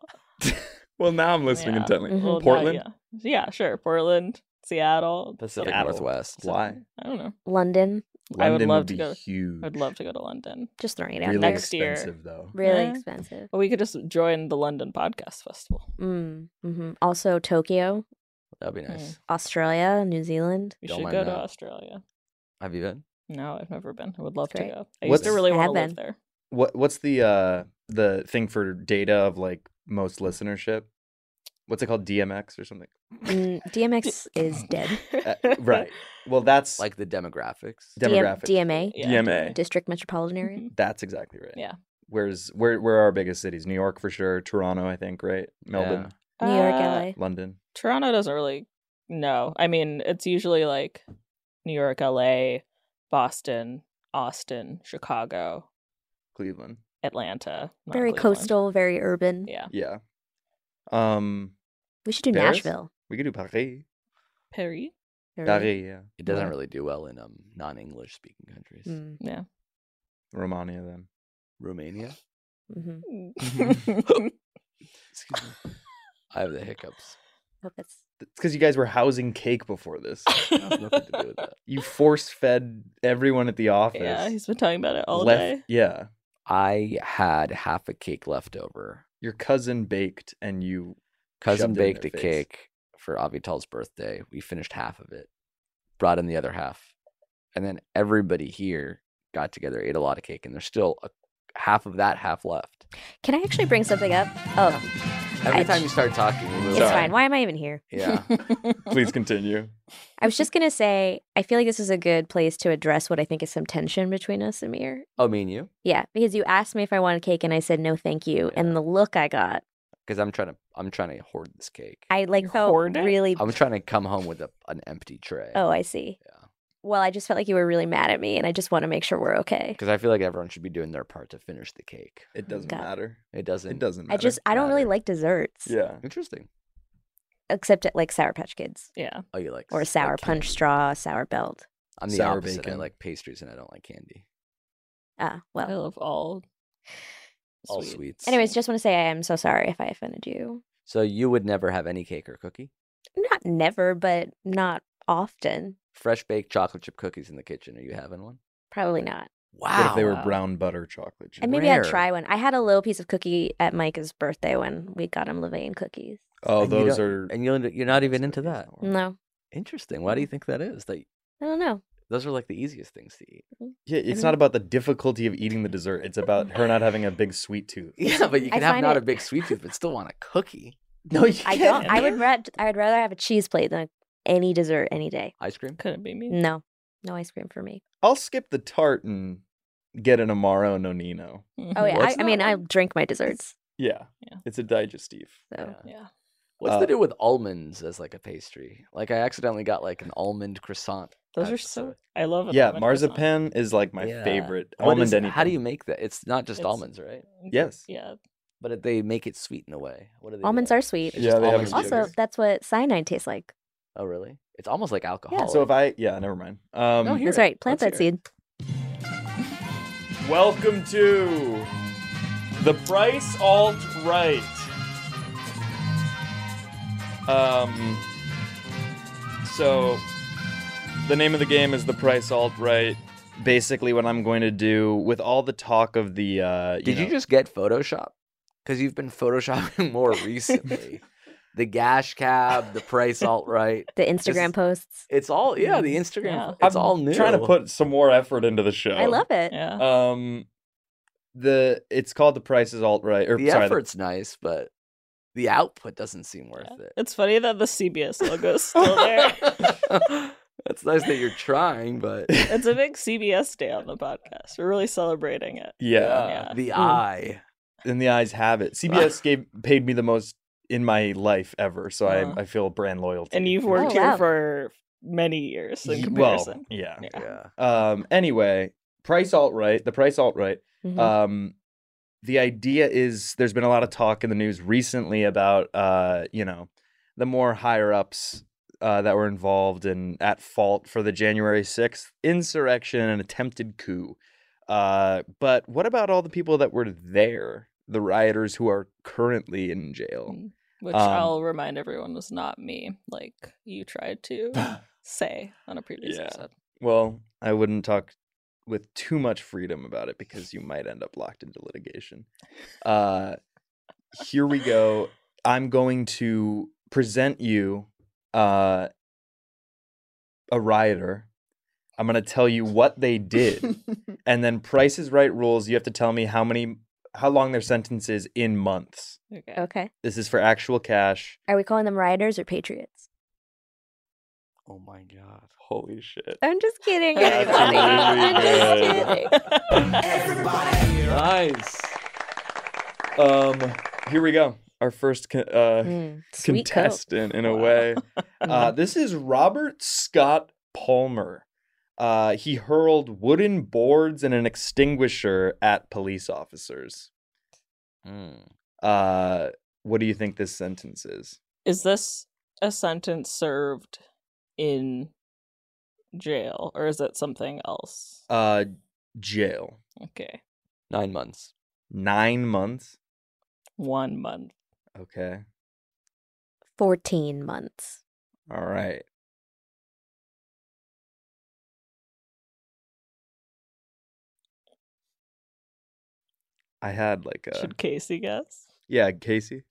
S5: Well, now I'm listening
S9: Yeah.
S5: intently.
S1: Mm-hmm.
S9: Well, now,
S5: Portland.
S9: yeah. yeah, sure. Portland, Seattle,
S7: Pacific
S9: Seattle.
S7: Northwest.
S6: Why?
S9: I don't know.
S1: London.
S9: I would
S6: London
S9: love
S6: would
S9: to
S6: be
S9: go.
S6: huge.
S9: I'd love to go to London.
S1: Just throwing it
S6: out Really there.
S9: next year.
S6: expensive, though.
S1: Really expensive.
S9: But we could just join the London Podcast Festival.
S1: Mm, hmm Also, Tokyo,
S7: That'd be nice.
S1: Australia, New Zealand.
S9: We
S7: Don't
S9: should
S7: mind
S9: go to
S7: that.
S9: Australia.
S7: Have you been?
S9: No, I've never been. I would love
S1: Great.
S9: to go. I used
S6: What's-
S9: to really
S1: I
S9: want
S1: have
S9: to live
S1: been.
S9: there.
S6: What What's the uh the thing for data of like most listenership? What's it called? DMX or something?
S1: Mm, DMX is dead.
S6: Uh, right. Well, that's
S7: like the demographics.
S1: DM
S6: Demographics.
S1: DMA.
S6: DMA.
S1: District Metropolitan Area.
S6: That's exactly right.
S9: Yeah.
S6: Where's where? Where are our biggest cities? New York for sure. Toronto, I think. Right. Melbourne.
S1: New York, LA.
S9: Uh,
S6: London.
S9: Toronto doesn't really no. I mean, it's usually like New York, LA, Boston, Austin, Chicago,
S6: Cleveland.
S9: Atlanta. not
S1: Very
S9: Cleveland.
S1: coastal, very urban.
S9: Yeah.
S6: Yeah. Um.
S1: We should do
S6: Paris?
S1: Nashville.
S6: We could do Paris.
S9: Paris.
S6: Paris. Yeah.
S7: It doesn't
S6: Yeah.
S7: really do well in um, non-English speaking countries.
S1: Mm.
S9: Yeah.
S6: Romania then.
S7: Romania.
S1: Mm-hmm.
S7: Excuse me. I have the hiccups.
S1: Hope it's
S6: It's because you guys were housing cake before this.
S7: It has nothing to do with that.
S6: You force fed everyone at the office.
S9: Yeah, he's been talking about it all
S6: left,
S9: day.
S6: Yeah.
S7: I had half a cake left over.
S6: Your cousin baked and you
S7: Cousin
S6: shoved it in
S7: baked
S6: their
S7: a
S6: face.
S7: cake for Avital's birthday. We finished half of it, brought in the other half, and then everybody here got together, ate a lot of cake, and there's still a, half of that half left.
S1: Can I actually bring something up? Oh,
S7: Every
S1: I-
S7: time you start talking, we move
S1: it's
S7: on.
S1: fine. Why am I even here?
S7: Yeah.
S6: Please continue.
S1: I was just gonna say, I feel like this is a good place to address what I think is some tension between us, Amir.
S7: Oh, me and you?
S1: Yeah, because you asked me if I wanted cake, and I said no, thank you. And the look I got,
S7: Because I'm trying to I'm trying to hoard this cake.
S1: I like felt really.
S7: I'm trying to come home with a, an empty tray.
S1: Oh, I see. Well, I just felt like you were really mad at me, and I just want to make sure we're okay.
S7: Because I feel like everyone should be doing their part to finish the cake.
S6: It doesn't
S1: Got it.
S6: matter.
S7: It doesn't.
S6: It doesn't
S1: I
S6: matter.
S1: just I don't really like desserts,
S6: Yeah.
S7: Interesting.
S1: except at like Sour Patch Kids
S9: Yeah.
S7: Oh, you like
S1: or
S7: s-
S1: Sour
S7: like candy.
S1: Punch Straw, Sour Belt.
S7: I'm the
S6: Sour
S7: opposite. I
S6: bacon.
S7: like pastries and I don't like candy.
S1: Ah, well.
S9: I love all
S7: All
S9: sweet.
S7: sweets.
S1: Anyways, just want to say I am so sorry if I offended you.
S7: So you would never have any cake or cookie?
S1: Not never, but not often.
S7: Fresh baked chocolate chip cookies in the kitchen. Are you having one?
S1: Probably not.
S7: Wow.
S6: What if they were brown butter chocolate chip?
S1: And maybe
S7: Rare.
S1: I'll try one. I had a little piece of cookie at Micah's birthday when we got him Levain cookies.
S6: Oh,
S7: And you
S6: those
S7: don't-
S6: are
S7: And you're you're not even into that.
S1: No,
S7: Interesting. Why do you think that is? That
S1: I don't know.
S7: those are like the easiest things to eat.
S6: Yeah, it's not about the difficulty of eating the dessert. It's about her not having a big sweet tooth.
S7: Yeah, but you
S1: I
S7: can have
S1: find
S7: not
S1: it-
S7: a big sweet tooth, but still want a cookie.
S6: No, you
S1: I don't. I would rather I would rather have a cheese plate than any dessert any day.
S7: Ice cream.
S9: Couldn't be me.
S1: No, no ice cream for me.
S6: I'll skip the tart and get an Amaro Nonino.
S9: Mm-hmm.
S1: Oh yeah, I,
S7: What's
S1: I mean I drink my desserts.
S6: Yeah.
S9: Yeah.
S6: It's a digestive.
S1: So
S9: Yeah.
S7: What's
S6: Uh,
S7: the deal with almonds as like a pastry? Like I accidentally got like an almond croissant.
S9: Those are
S7: That's, uh,
S9: so I love it.
S6: Yeah, marzipan is like my
S7: yeah.
S6: favorite.
S7: What
S6: Almond
S7: is-
S6: anything.
S7: How do you make that? It's not just
S9: It's-
S7: almonds, right?
S6: Yes.
S9: Yeah.
S7: But it- they make it sweet in a way. What are they? do?
S1: Almonds are sweet.
S7: It's just
S6: Yeah, they have
S7: almond
S6: a sweet
S7: sugar.
S1: Also, that's what cyanide tastes like.
S7: Oh, really? It's almost like alcohol.
S6: So if I yeah, never mind. Um
S7: No, here-
S1: That's
S7: Sure,
S1: right. Plant that
S7: let's hear
S1: seed.
S13: Welcome to the Price Alt Right.
S5: Um, so
S6: the name of the game is the price alt right. Basically what I'm going to do with all the talk of the uh
S7: Did you
S6: know-
S7: just get Photoshop? Because you've been photoshopping more recently. the gash cab, the price alt right.
S1: The Instagram posts.
S7: It's all yeah. The Instagram.
S9: Mm, Yeah.
S7: It's
S6: I'm
S7: all new.
S6: trying to put some more effort into the show.
S1: I love it.
S9: Yeah.
S6: Um the it's called the price is alt right or
S7: the
S6: sorry, the-
S7: effort's nice, but the output doesn't seem worth
S9: It's funny that the CBS logo is still there.
S7: it. That's nice that you're trying, but
S9: it's a big CBS day on the podcast. We're really celebrating it.
S6: yeah.
S9: Hmm.
S7: uh, the eye.
S6: And the eyes have it. CBS gave paid me the most in my life ever, so
S7: Uh-huh.
S9: Wow.
S6: I, I feel brand loyalty.
S9: and you've
S1: Oh,
S9: worked here for many years in
S6: Ye-
S9: comparison.
S6: yeah,
S9: yeah.
S6: Um, anyway, price alt right, the price alt right.
S9: Mhm.
S1: Mm-hmm.
S6: Um, the idea is there's been a lot of talk in the news recently about uh, you know, the more higher ups uh, that were involved and at fault for the January 6th insurrection and attempted coup. Uh, but what about all the people that were there, the rioters who are currently in jail?
S9: Which
S6: Um,
S9: I'll remind everyone was not me, like you tried to say on a previous episode.
S6: Well, I wouldn't talk with too much freedom about it because you might end up locked into litigation. Uh, here we go. I'm going to present you uh, a rioter. I'm going to tell you what they did, and then Price is Right rules. You have to tell me how many, how long their sentence is in months.
S1: Okay. okay.
S6: This is for actual cash.
S1: Are we calling them rioters or patriots?
S6: Oh my god! Holy shit!
S1: I'm just kidding.
S6: That's
S1: everybody. I'm
S6: really
S1: just
S6: good.
S1: kidding.
S6: Nice. Um, here we go. Our first con- uh,
S1: Mm, sweet Coke.
S6: contestant, in a way. Uh, this is Robert Scott Palmer. Uh, he hurled wooden boards and an extinguisher at police officers.
S7: Hmm.
S6: Uh, what do you think this sentence is?
S9: Is this a sentence served in jail or is it something else?
S6: Uh, jail.
S9: Okay.
S6: Nine months. Nine months.
S9: One month.
S6: Okay.
S1: 14 months.
S6: All right. I had like a
S9: Should Casey guess?
S6: yeah, Casey.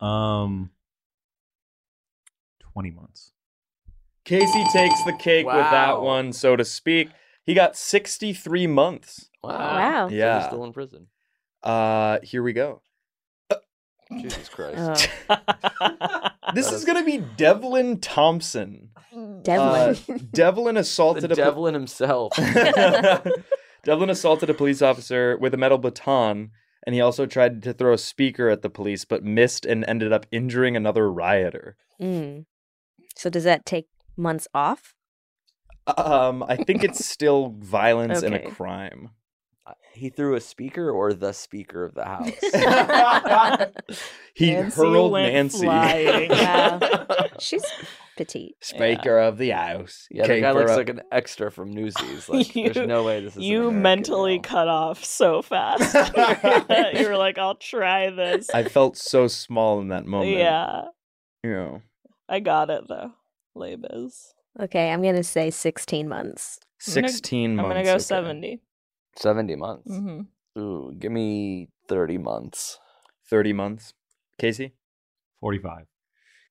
S12: Um, twenty months.
S6: Casey takes the cake with that
S7: Wow.
S6: one, so to speak. He got 63 months.
S7: Wow. So you're
S6: Yeah.
S7: still in prison.
S6: Uh, here we go.
S7: Jesus Christ.
S9: Oh.
S6: This is gonna be Devlin Thompson.
S1: Mm.
S7: Devlin.
S6: Uh, Devlin assaulted
S7: The
S6: a
S7: Devlin himself.
S6: Devlin assaulted a police officer with a metal baton, and he also tried to throw a speaker at the police, but missed and ended up injuring another rioter.
S1: Mm. So does that take months off?
S6: Um, I think it's still violence and
S1: Okay.
S6: a crime.
S7: he threw a speaker or the speaker of the house.
S6: He
S7: Nancy
S6: hurled
S7: went
S6: Nancy.
S7: flying.
S1: She's petite.
S6: Speaker of the house.
S7: Yeah, the guy
S6: Caper
S7: looks
S6: up-
S7: like an extra from Newsies. Like,
S9: You-
S7: there's no way this is. an
S9: You
S7: American.
S9: mentally cut off so fast. you were like, I'll try this.
S6: I felt so small in that moment.
S9: Yeah.
S6: You know.
S9: I got it though. Labas.
S1: Okay, I'm going to say 16 months.
S9: I'm gonna-
S7: 16
S9: I'm gonna
S7: months,
S9: go
S7: okay.
S9: seventy.
S7: 70 months.
S9: Mhm.
S7: Ooh, give me 30 months.
S6: 30 months. Casey?
S12: 45.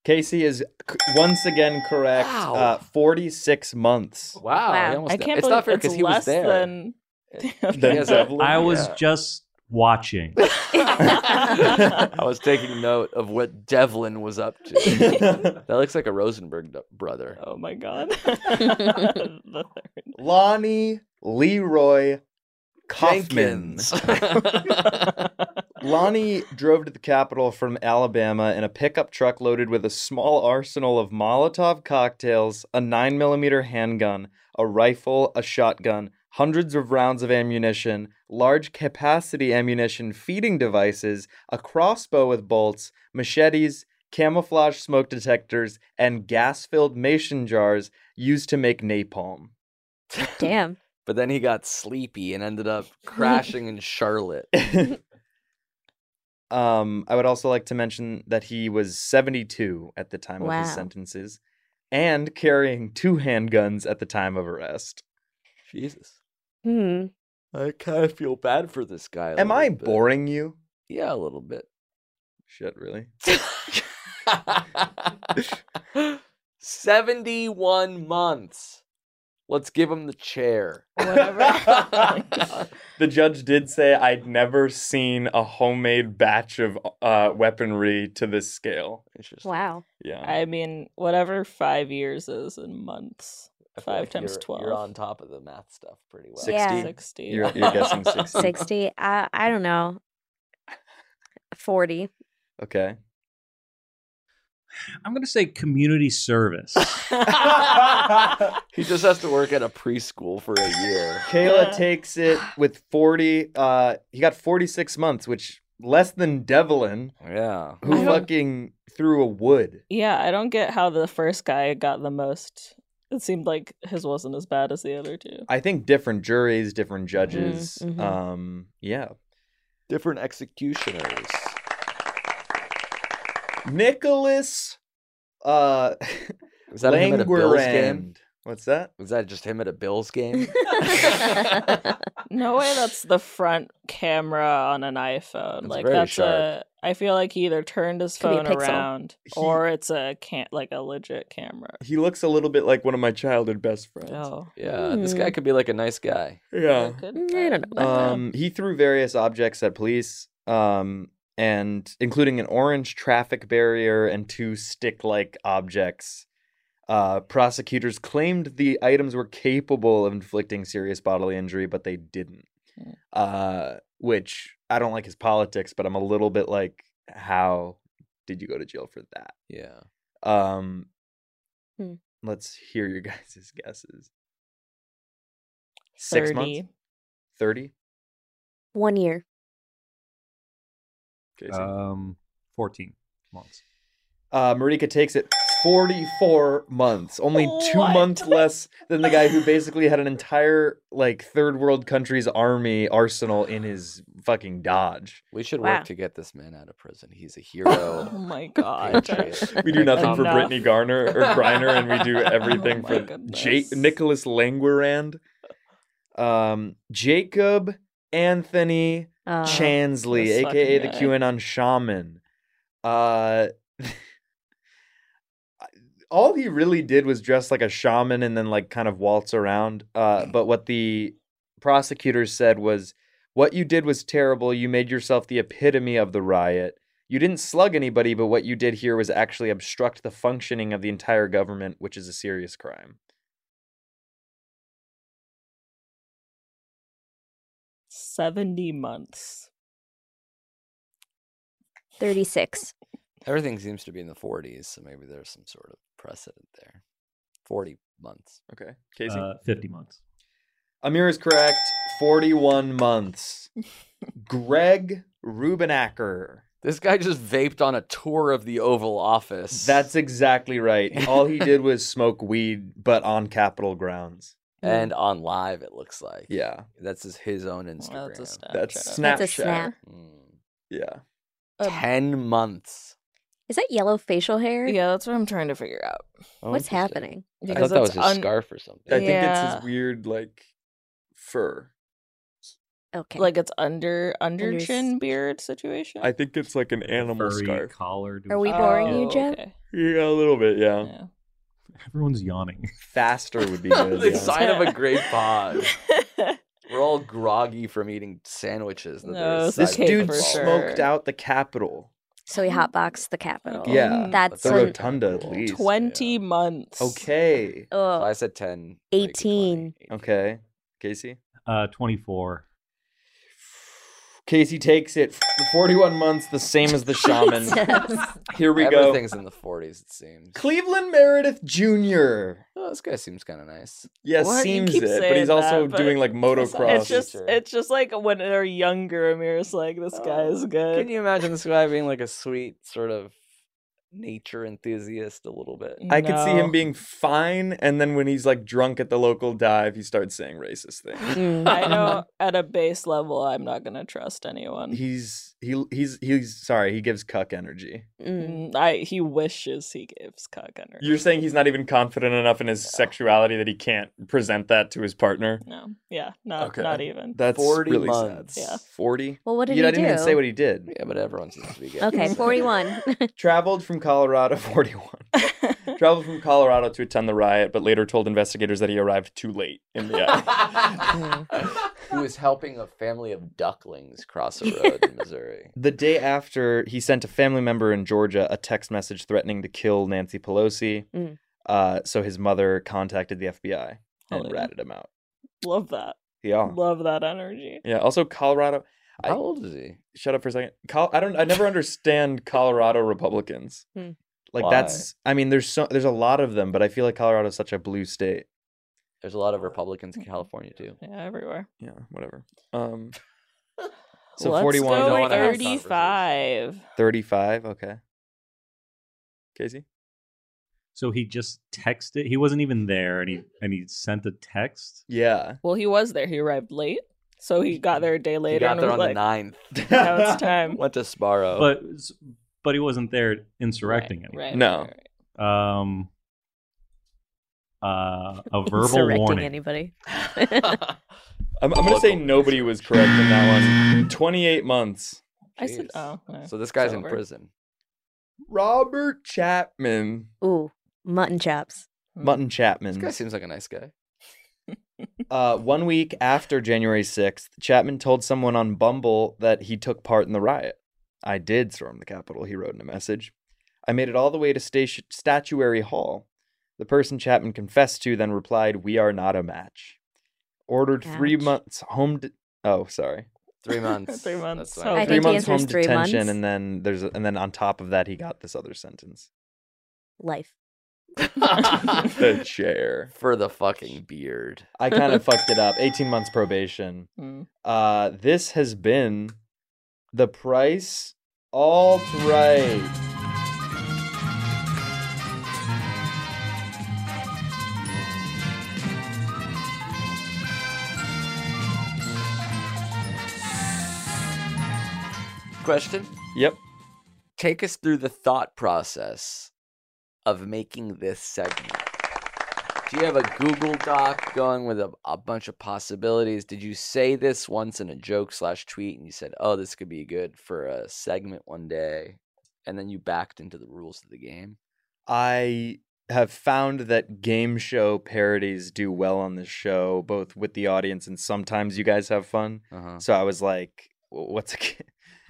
S6: Casey is c- once again correct.
S7: Wow.
S6: Uh, 46 months.
S7: Wow.
S9: Wow.
S7: he almost
S9: I
S7: did-
S9: can't
S7: it's
S9: believe
S7: not fair
S9: it's
S7: because he was
S9: less
S7: there.
S9: than-
S6: Then
S7: Yes,
S6: Devlin,
S12: I was
S7: yeah.
S12: just watching.
S7: I was taking note of what Devlin was up to. that looks like a Rosenberg d- brother.
S9: Oh my god. The third.
S6: Lonnie Leroy Kaufman.
S7: Jenkins.
S6: Lonnie drove to the Capitol from Alabama in a pickup truck loaded with a small arsenal of Molotov cocktails, a 9mm handgun, a rifle, a shotgun, hundreds of rounds of ammunition, large capacity ammunition feeding devices, a crossbow with bolts, machetes, camouflage smoke detectors, and gas filled mason jars used to make napalm.
S1: Damn.
S7: But then he got sleepy and ended up crashing in Charlotte.
S6: Um, I would also like to mention that he was 72 at the time of his
S7: Wow.
S6: sentences and carrying two handguns at the time of arrest.
S7: Jesus.
S1: Hmm.
S7: I kind of feel bad for this guy. a
S6: Am
S7: little
S6: I
S7: bit.
S6: boring you?
S7: Yeah, a little bit.
S6: Shit, really?
S7: 71 months. Let's give him the chair.
S9: Oh
S6: The judge did say I'd never seen a homemade batch of uh, weaponry to this scale.
S1: Wow.
S6: Yeah.
S9: I mean, whatever five years is in months.
S7: I feel
S9: Five
S7: like
S9: times
S7: you're-
S9: twelve.
S7: You're on top of the math stuff pretty well.
S1: Yeah.
S9: 60.
S6: You're- you're guessing 60.
S1: 60. I, I don't know. 40.
S6: Okay.
S12: I'm going to say community service.
S7: he just has to work at a preschool for a year.
S6: Kayla takes it with 40. Uh, he got 46 months, which less than Devlin.
S7: Yeah.
S6: Who fucking threw a wood.
S9: Yeah, I don't get how the first guy got the most. It seemed like his wasn't as bad as the other two.
S6: I think different juries, different judges.
S9: Mhm, mhm.
S6: Um, yeah.
S7: Different executioners.
S6: Nicholas uh
S7: Is that him at a Bills game?
S6: Langerand. What's that?
S7: Was that just him at a Bills game?
S9: No way that's the front camera on an iPhone. like
S7: very
S9: that's
S7: sharp.
S9: a I feel like he either turned his
S1: Could be a
S9: phone
S1: Pixel.
S9: around or it's a can like a legit camera.
S6: He looks a little bit like one of my childhood best friends.
S9: Oh.
S7: yeah, this guy could be like a nice guy.
S6: Yeah.
S1: I don't know. about
S6: Um, he threw various objects at police, um, and including an orange traffic barrier and two stick-like objects. Uh, prosecutors claimed the items were capable of inflicting serious bodily injury, but they didn't. Uh, which I don't like his politics, but I'm a little bit like, how did you go to jail for that?
S7: Yeah.
S6: Um,
S1: Hmm.
S6: let's hear your guys' guesses. Six months,
S9: 30.
S6: thirty.
S1: that. One year.
S6: Casey.
S12: um, 14 months.
S6: Uh, Marika takes it 44 months, only two months less than the guy who basically had an entire like third world country's army arsenal in his fucking Dodge.
S7: We should
S1: Wow.
S7: work to get this man out of prison. He's a hero.
S9: Oh my god.
S7: Patriot.
S6: We do nothing for
S9: Enough.
S6: Brittany Garner or Griner, and we do everything
S9: Oh my
S6: for Jake
S9: goodness.
S6: Nicholas Langerand, um, Jacob Anthony
S1: Uh,
S6: Chansley,
S9: this
S6: aka the
S9: fucking
S6: QAnon shaman. Uh, all he really did was dress like a shaman and then like kind of waltz around. Uh, but what the prosecutors said was, "What you did was terrible. You made yourself the epitome of the riot. You didn't slug anybody, but what you did here was actually obstruct the functioning of the entire government, which is a serious crime."
S9: Seventy months.
S1: 36.
S7: Everything seems to be in the 40s, so maybe there's some sort of precedent there. 40 months.
S6: Okay, Casey.
S12: Uh, 50 months.
S6: Amir is correct. Forty-one months. Greg Rubenacker.
S7: This guy just vaped on a tour of the Oval Office.
S6: That's exactly right. All he did was smoke weed, but on Capitol grounds.
S7: and on live, it looks like.
S6: Yeah,
S7: That's his, his own
S9: Well,
S7: Instagram.
S9: that's a snapshot.
S6: that's Snapchat.
S1: That's a snap.
S7: Mm.
S6: Yeah.
S9: Um,
S7: 10 months.
S1: Is that yellow facial hair?
S9: Yeah, that's what I'm trying to figure out.
S7: Oh,
S1: What's
S7: interesting.
S1: happening?
S7: I
S9: Because
S7: thought that was
S9: it's
S7: his
S9: un-
S7: scarf or something.
S6: I think it's
S9: Yeah.
S6: his weird like fur.
S1: Okay.
S9: like it's under under
S1: Under s-
S9: chin beard situation.
S13: I think it's like an animal
S12: Furry
S13: scarf.
S12: collared.
S1: Are we boring you,
S9: Oh,
S1: Jeff?
S9: okay.
S13: Yeah, a little bit. Yeah.
S9: Yeah.
S12: Everyone's yawning.
S6: Faster would be good.
S7: the
S6: yeah.
S7: sign of a great pod. We're all groggy from eating sandwiches. That
S9: No,
S7: they're
S9: it's
S6: This
S7: deciding to
S9: cake
S6: dude
S9: for
S7: follow.
S9: sure.
S6: smoked out the Capitol.
S1: So he hotboxed the Capitol.
S6: Yeah,
S1: That's
S6: the
S1: when-
S6: rotunda at least.
S9: Twenty months.
S6: Okay.
S7: So
S1: oh,
S7: I said 10. Blake did
S1: 18.
S7: 20.
S6: Okay. Casey.
S12: Uh, 24.
S6: Casey takes it. The 41 months, the same as the shaman. Here we go.
S7: Everything's in the 40s, it seems.
S6: Cleveland Meredith Jr.
S7: Oh, this guy seems kind of nice.
S6: Yes,
S9: What? You
S6: seems
S9: keep
S6: it, but
S9: saying
S6: he's also
S9: that, but
S6: doing like motocross.
S9: It's just it's just like when they're younger, Amir's like, this guy's
S6: Uh,
S9: good.
S7: Can you imagine this guy being like a sweet sort of nature enthusiast a little bit?
S9: Mm.
S6: I could see him
S9: No.
S6: being fine, and then when he's like drunk at the local dive, he starts saying racist things.
S1: Mm.
S9: I know at a base level, I'm not gonna trust anyone.
S6: He's he he's he's sorry. He gives cuck energy.
S1: Mm.
S9: Mm, I he wishes he gives cock energy.
S13: You're saying he's not even confident enough in his sexuality that he can't present that to his partner.
S9: no, yeah, not
S6: Okay.
S9: not even.
S6: That's
S7: 40
S6: really
S7: months.
S6: sad.
S9: Yeah.
S6: Forty.
S1: Well, what did
S6: Yeah,
S1: he
S6: I didn't even
S1: do?
S6: say what he did.
S7: Yeah, but everyone seems to be gay.
S1: Okay,
S7: so-
S1: 41.
S6: Traveled from Colorado. Forty-one. Traveled from Colorado to attend the riot, but later told investigators that he arrived too late in the. Uh,
S7: Who is helping a family of ducklings cross a road in Missouri?
S6: The day after, he sent a family member in Georgia a text message threatening to kill Nancy Pelosi.
S1: Mm.
S6: Uh, so his mother contacted the FBI and
S9: Hell yeah.
S6: ratted him out.
S9: Love that.
S6: Yeah.
S9: Love that energy.
S6: Yeah. Also, Colorado. I-
S7: How old is he?
S6: Shut up for a second. Col- I don't. I never understand Colorado Republicans.
S1: Hmm.
S6: Like
S7: Why?
S6: that's I mean there's so there's a lot of them, but I feel like Colorado's such a blue state.
S7: There's a lot of Republicans in California too.
S9: Yeah, everywhere.
S6: Yeah, whatever. Um So
S9: Let's
S6: 41
S9: go
S6: No one ever thought versus.
S9: 35.
S6: 35, okay. Casey?
S12: So he just texted. He wasn't even there, and he and he sent a text.
S6: Yeah.
S9: Well, he was there. He arrived late. So he got there a day later.
S7: got
S9: and
S7: there
S9: was
S7: on the
S9: like,
S7: 9th.
S9: Now it's time.
S7: Went to
S13: Oh.
S7: Sparrow.
S12: But but he wasn't there insurrecting it.
S9: right,
S6: No.
S12: Um. Uh, a verbal
S1: Insurrecting
S12: warning.
S1: anybody.
S6: I'm, I'm gonna say nobody was correct in that one. 28 months.
S9: I said, oh. alright,
S7: So this guy's
S9: it's
S7: in
S9: over.
S7: prison.
S6: Robert Chapman.
S1: Ooh, mutton chops.
S6: Mm.
S9: Mm,
S6: Mutton Chapman.
S7: This guy seems like a nice guy.
S6: Uh, one week after January 6th, Chapman told someone on Bumble that he took part in the riot. I did storm the Capitol, he wrote in a message. I made it all the way to station- Statuary Hall. The person Chapman confessed to then replied, We are not a match. Ordered three
S7: Ouch.
S6: months home. De- oh, sorry.
S7: Three months.
S9: Three
S7: That's
S9: months.
S7: what
S9: Oh,
S7: I
S9: I
S7: meant.
S9: think
S6: Three
S9: the
S6: months
S9: answer
S6: home
S9: is three
S6: detention,
S9: months.
S6: and then there's, and then on top of that, he got this other sentence.
S1: Life.
S6: the chair
S7: for the fucking beard.
S6: I kind of fucked it up. 18 months probation.
S9: Mm.
S6: Uh, this has been the price alt right.
S7: Question:
S6: Yep.
S7: Take us through the thought process of making this segment. Do you have a Google Doc going with a, a bunch of possibilities? Did you say this once in a joke slash tweet and you said, "Oh, this could be good for a segment one day," and then you backed into the rules of the game?
S6: I have found that game show parodies do well on this show, both with the audience and sometimes you guys have fun.
S7: Uh-huh.
S6: So I was like, "W- what's a. g-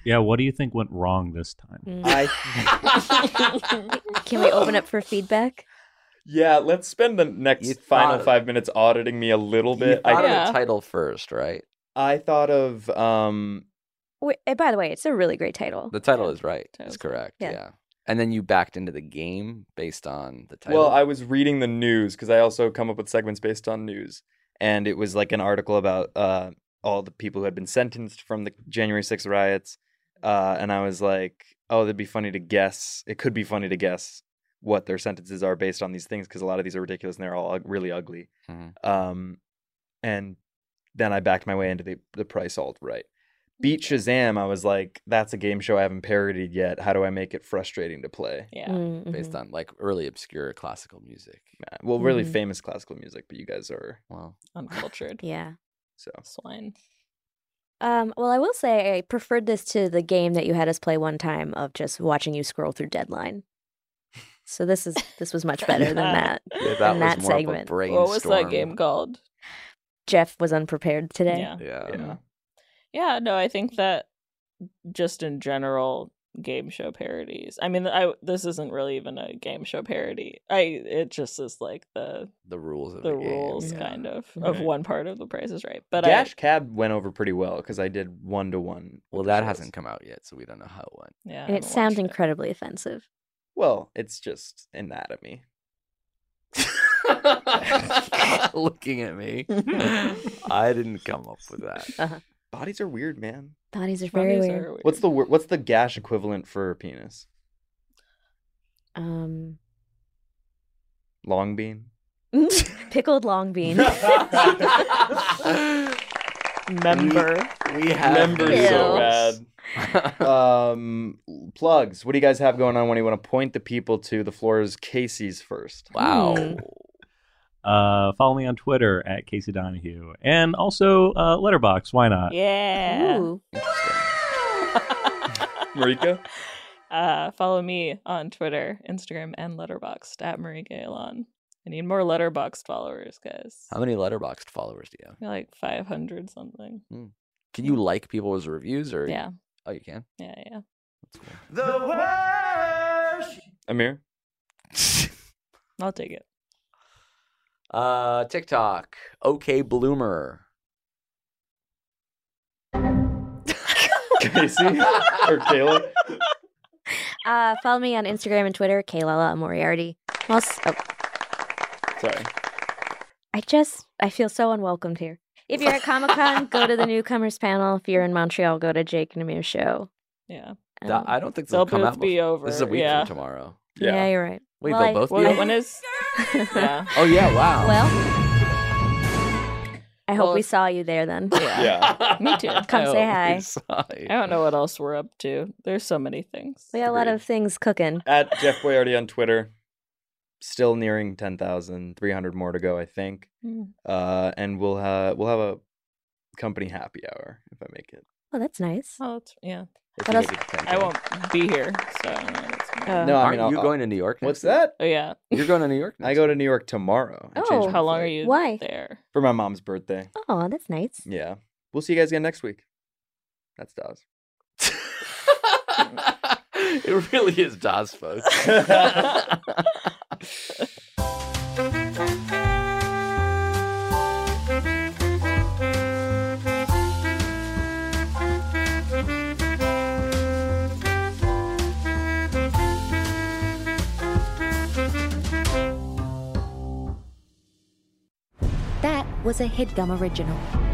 S12: Yeah. What do you think went wrong this time?
S6: I
S1: Can we open up for feedback?
S6: Yeah, let's spend the next final
S7: thought-
S6: five minutes auditing me a little bit.
S7: you thought
S6: I,
S7: of the title first, right?
S6: I thought of um
S1: Wait, eh, by the way, it's a really great title.
S7: The title is right. It's correct.
S1: Yeah.
S7: Yeah. And then you backed into the game based on the title.
S6: Well, I was reading the news because I also come up with segments based on news, and it was like an article about uh, all the people who had been sentenced from the January 6th riots, uh, and I was like, oh, that'd be funny to guess. It could be funny to guess what their sentences are based on these things because a lot of these are ridiculous and they're all ug- really ugly.
S7: Hmm.
S6: Um, and then I backed my way into the the price alt right. Beat Shazam, I was like, that's a game show I haven't parodied yet. How do I make it frustrating to play?
S9: Yeah.
S1: Mm. Mm-hmm.
S7: based
S9: Mm-hmm.
S7: on like early obscure classical music.
S6: Well, really
S1: Mhm.
S6: famous classical music, but you guys are
S7: Wow.
S9: Uncultured.
S1: Yeah.
S6: so.
S9: Swine.
S1: Um, well, I will say I preferred this to the game that you had us play one time of just watching you scroll through Deadline. So this is this was much better than that.
S7: Yeah, that
S1: than
S7: was
S1: that
S7: more of a
S1: segment.
S7: brain-
S9: What was that
S7: Brainstorm.
S9: game called?
S1: Jeff was unprepared today.
S9: Yeah.
S7: Yeah.
S9: Um, Yeah, no, I think that just in general game show parodies. I mean, I this isn't really even a game show parody. I it just is like the
S7: The rules of
S9: the
S7: the, game.
S9: rules
S7: yeah.
S9: kind of of
S6: Right.
S9: one part of the price is right. But
S6: Dash Cab went over pretty well because I did one to one.
S7: Well, that hasn't come out yet, so we don't know how it went.
S9: I yeah, I
S1: And it
S9: haven't
S1: sounds
S9: watched
S1: incredibly offensive.
S6: Well, it's just anatomy.
S7: Looking at me, I didn't come up with that.
S6: Bodies are weird, man.
S1: Bodies are very
S9: Bodies
S1: weird.
S9: are Uh-huh. weird.
S6: What's the wor- what's the gash equivalent for penis?
S1: Um,
S6: Long bean.
S1: pickled long bean.
S9: member.
S7: We have
S6: Remember
S7: this.
S6: so bad. um, plugs. What do you guys have going on? When you want to point the people to the floor is Casey's
S9: Hmm.
S6: first.
S7: Wow.
S12: Uh, follow me on Twitter at Casey Donahue and also uh, Letterbox. Why not?
S9: Yeah.
S1: Ooh.
S6: Marika.
S9: Uh, follow me on Twitter, Instagram, and Letterboxd at Marie Gailon. I need more Letterboxd followers, guys.
S7: How many letterboxed followers do you have?
S9: You're like 500 something.
S7: Can you like people's reviews or?
S9: Yeah.
S7: Oh, you can.
S9: Yeah, yeah.
S10: The worst.
S6: Amir.
S9: I'll take it.
S7: Uh, TikTok. Okay, Bloomer.
S6: Casey or Kayla.
S1: Uh, follow me on Instagram and Twitter, Kaylala Moriarty. I'm also- oh,
S5: Sorry.
S1: I just I feel so unwelcomed here. If you're at Comic Con, go to the newcomers panel. If you're in Montreal, go to Jake and Amir's show. Um,
S9: Yeah.
S7: Th- I don't think
S9: Oh. They'll
S7: they'll come
S9: both
S7: out.
S9: be
S7: before- This is a
S9: over,
S7: week
S9: yeah.
S7: from tomorrow.
S1: Yeah. you're right.
S7: Wait,
S1: Well, I-
S7: they'll both
S9: Well,
S7: be.
S9: when is? yeah.
S7: Oh yeah! Wow.
S1: Well, I hope
S9: Well,
S1: we
S9: if-
S1: saw you there then.
S9: Yeah. Me too.
S1: Come say hi.
S9: I don't know what else we're up to. There's so many things.
S1: We got a lot of things cooking.
S6: At Jeff Boyardi on Twitter. Still nearing 10,000, 300 more to go, I think.
S9: Hmm.
S1: Mm.
S6: Uh, and we'll have we'll have a company happy hour if I make it.
S1: Oh, that's nice.
S9: Oh, that's, yeah.
S6: If What you else- make it to 10K.
S9: I won't uh, be here, so I don't know. It's
S1: Uh,
S9: fine.
S6: no, I mean,
S7: Aren't you going to New York?
S6: What's
S7: next
S6: that?
S9: Oh, yeah.
S7: Week? You're going to New York?
S6: I go to New York tomorrow. I changed
S1: Oh,
S6: my
S9: How long are
S6: flight
S9: you
S1: Why?
S9: there?
S6: for my mom's birthday?
S1: Oh, that's nice.
S6: Yeah, we'll see you guys again next week. That's Dawes.
S7: it really is Dawes, folks.
S15: That was a headgum original.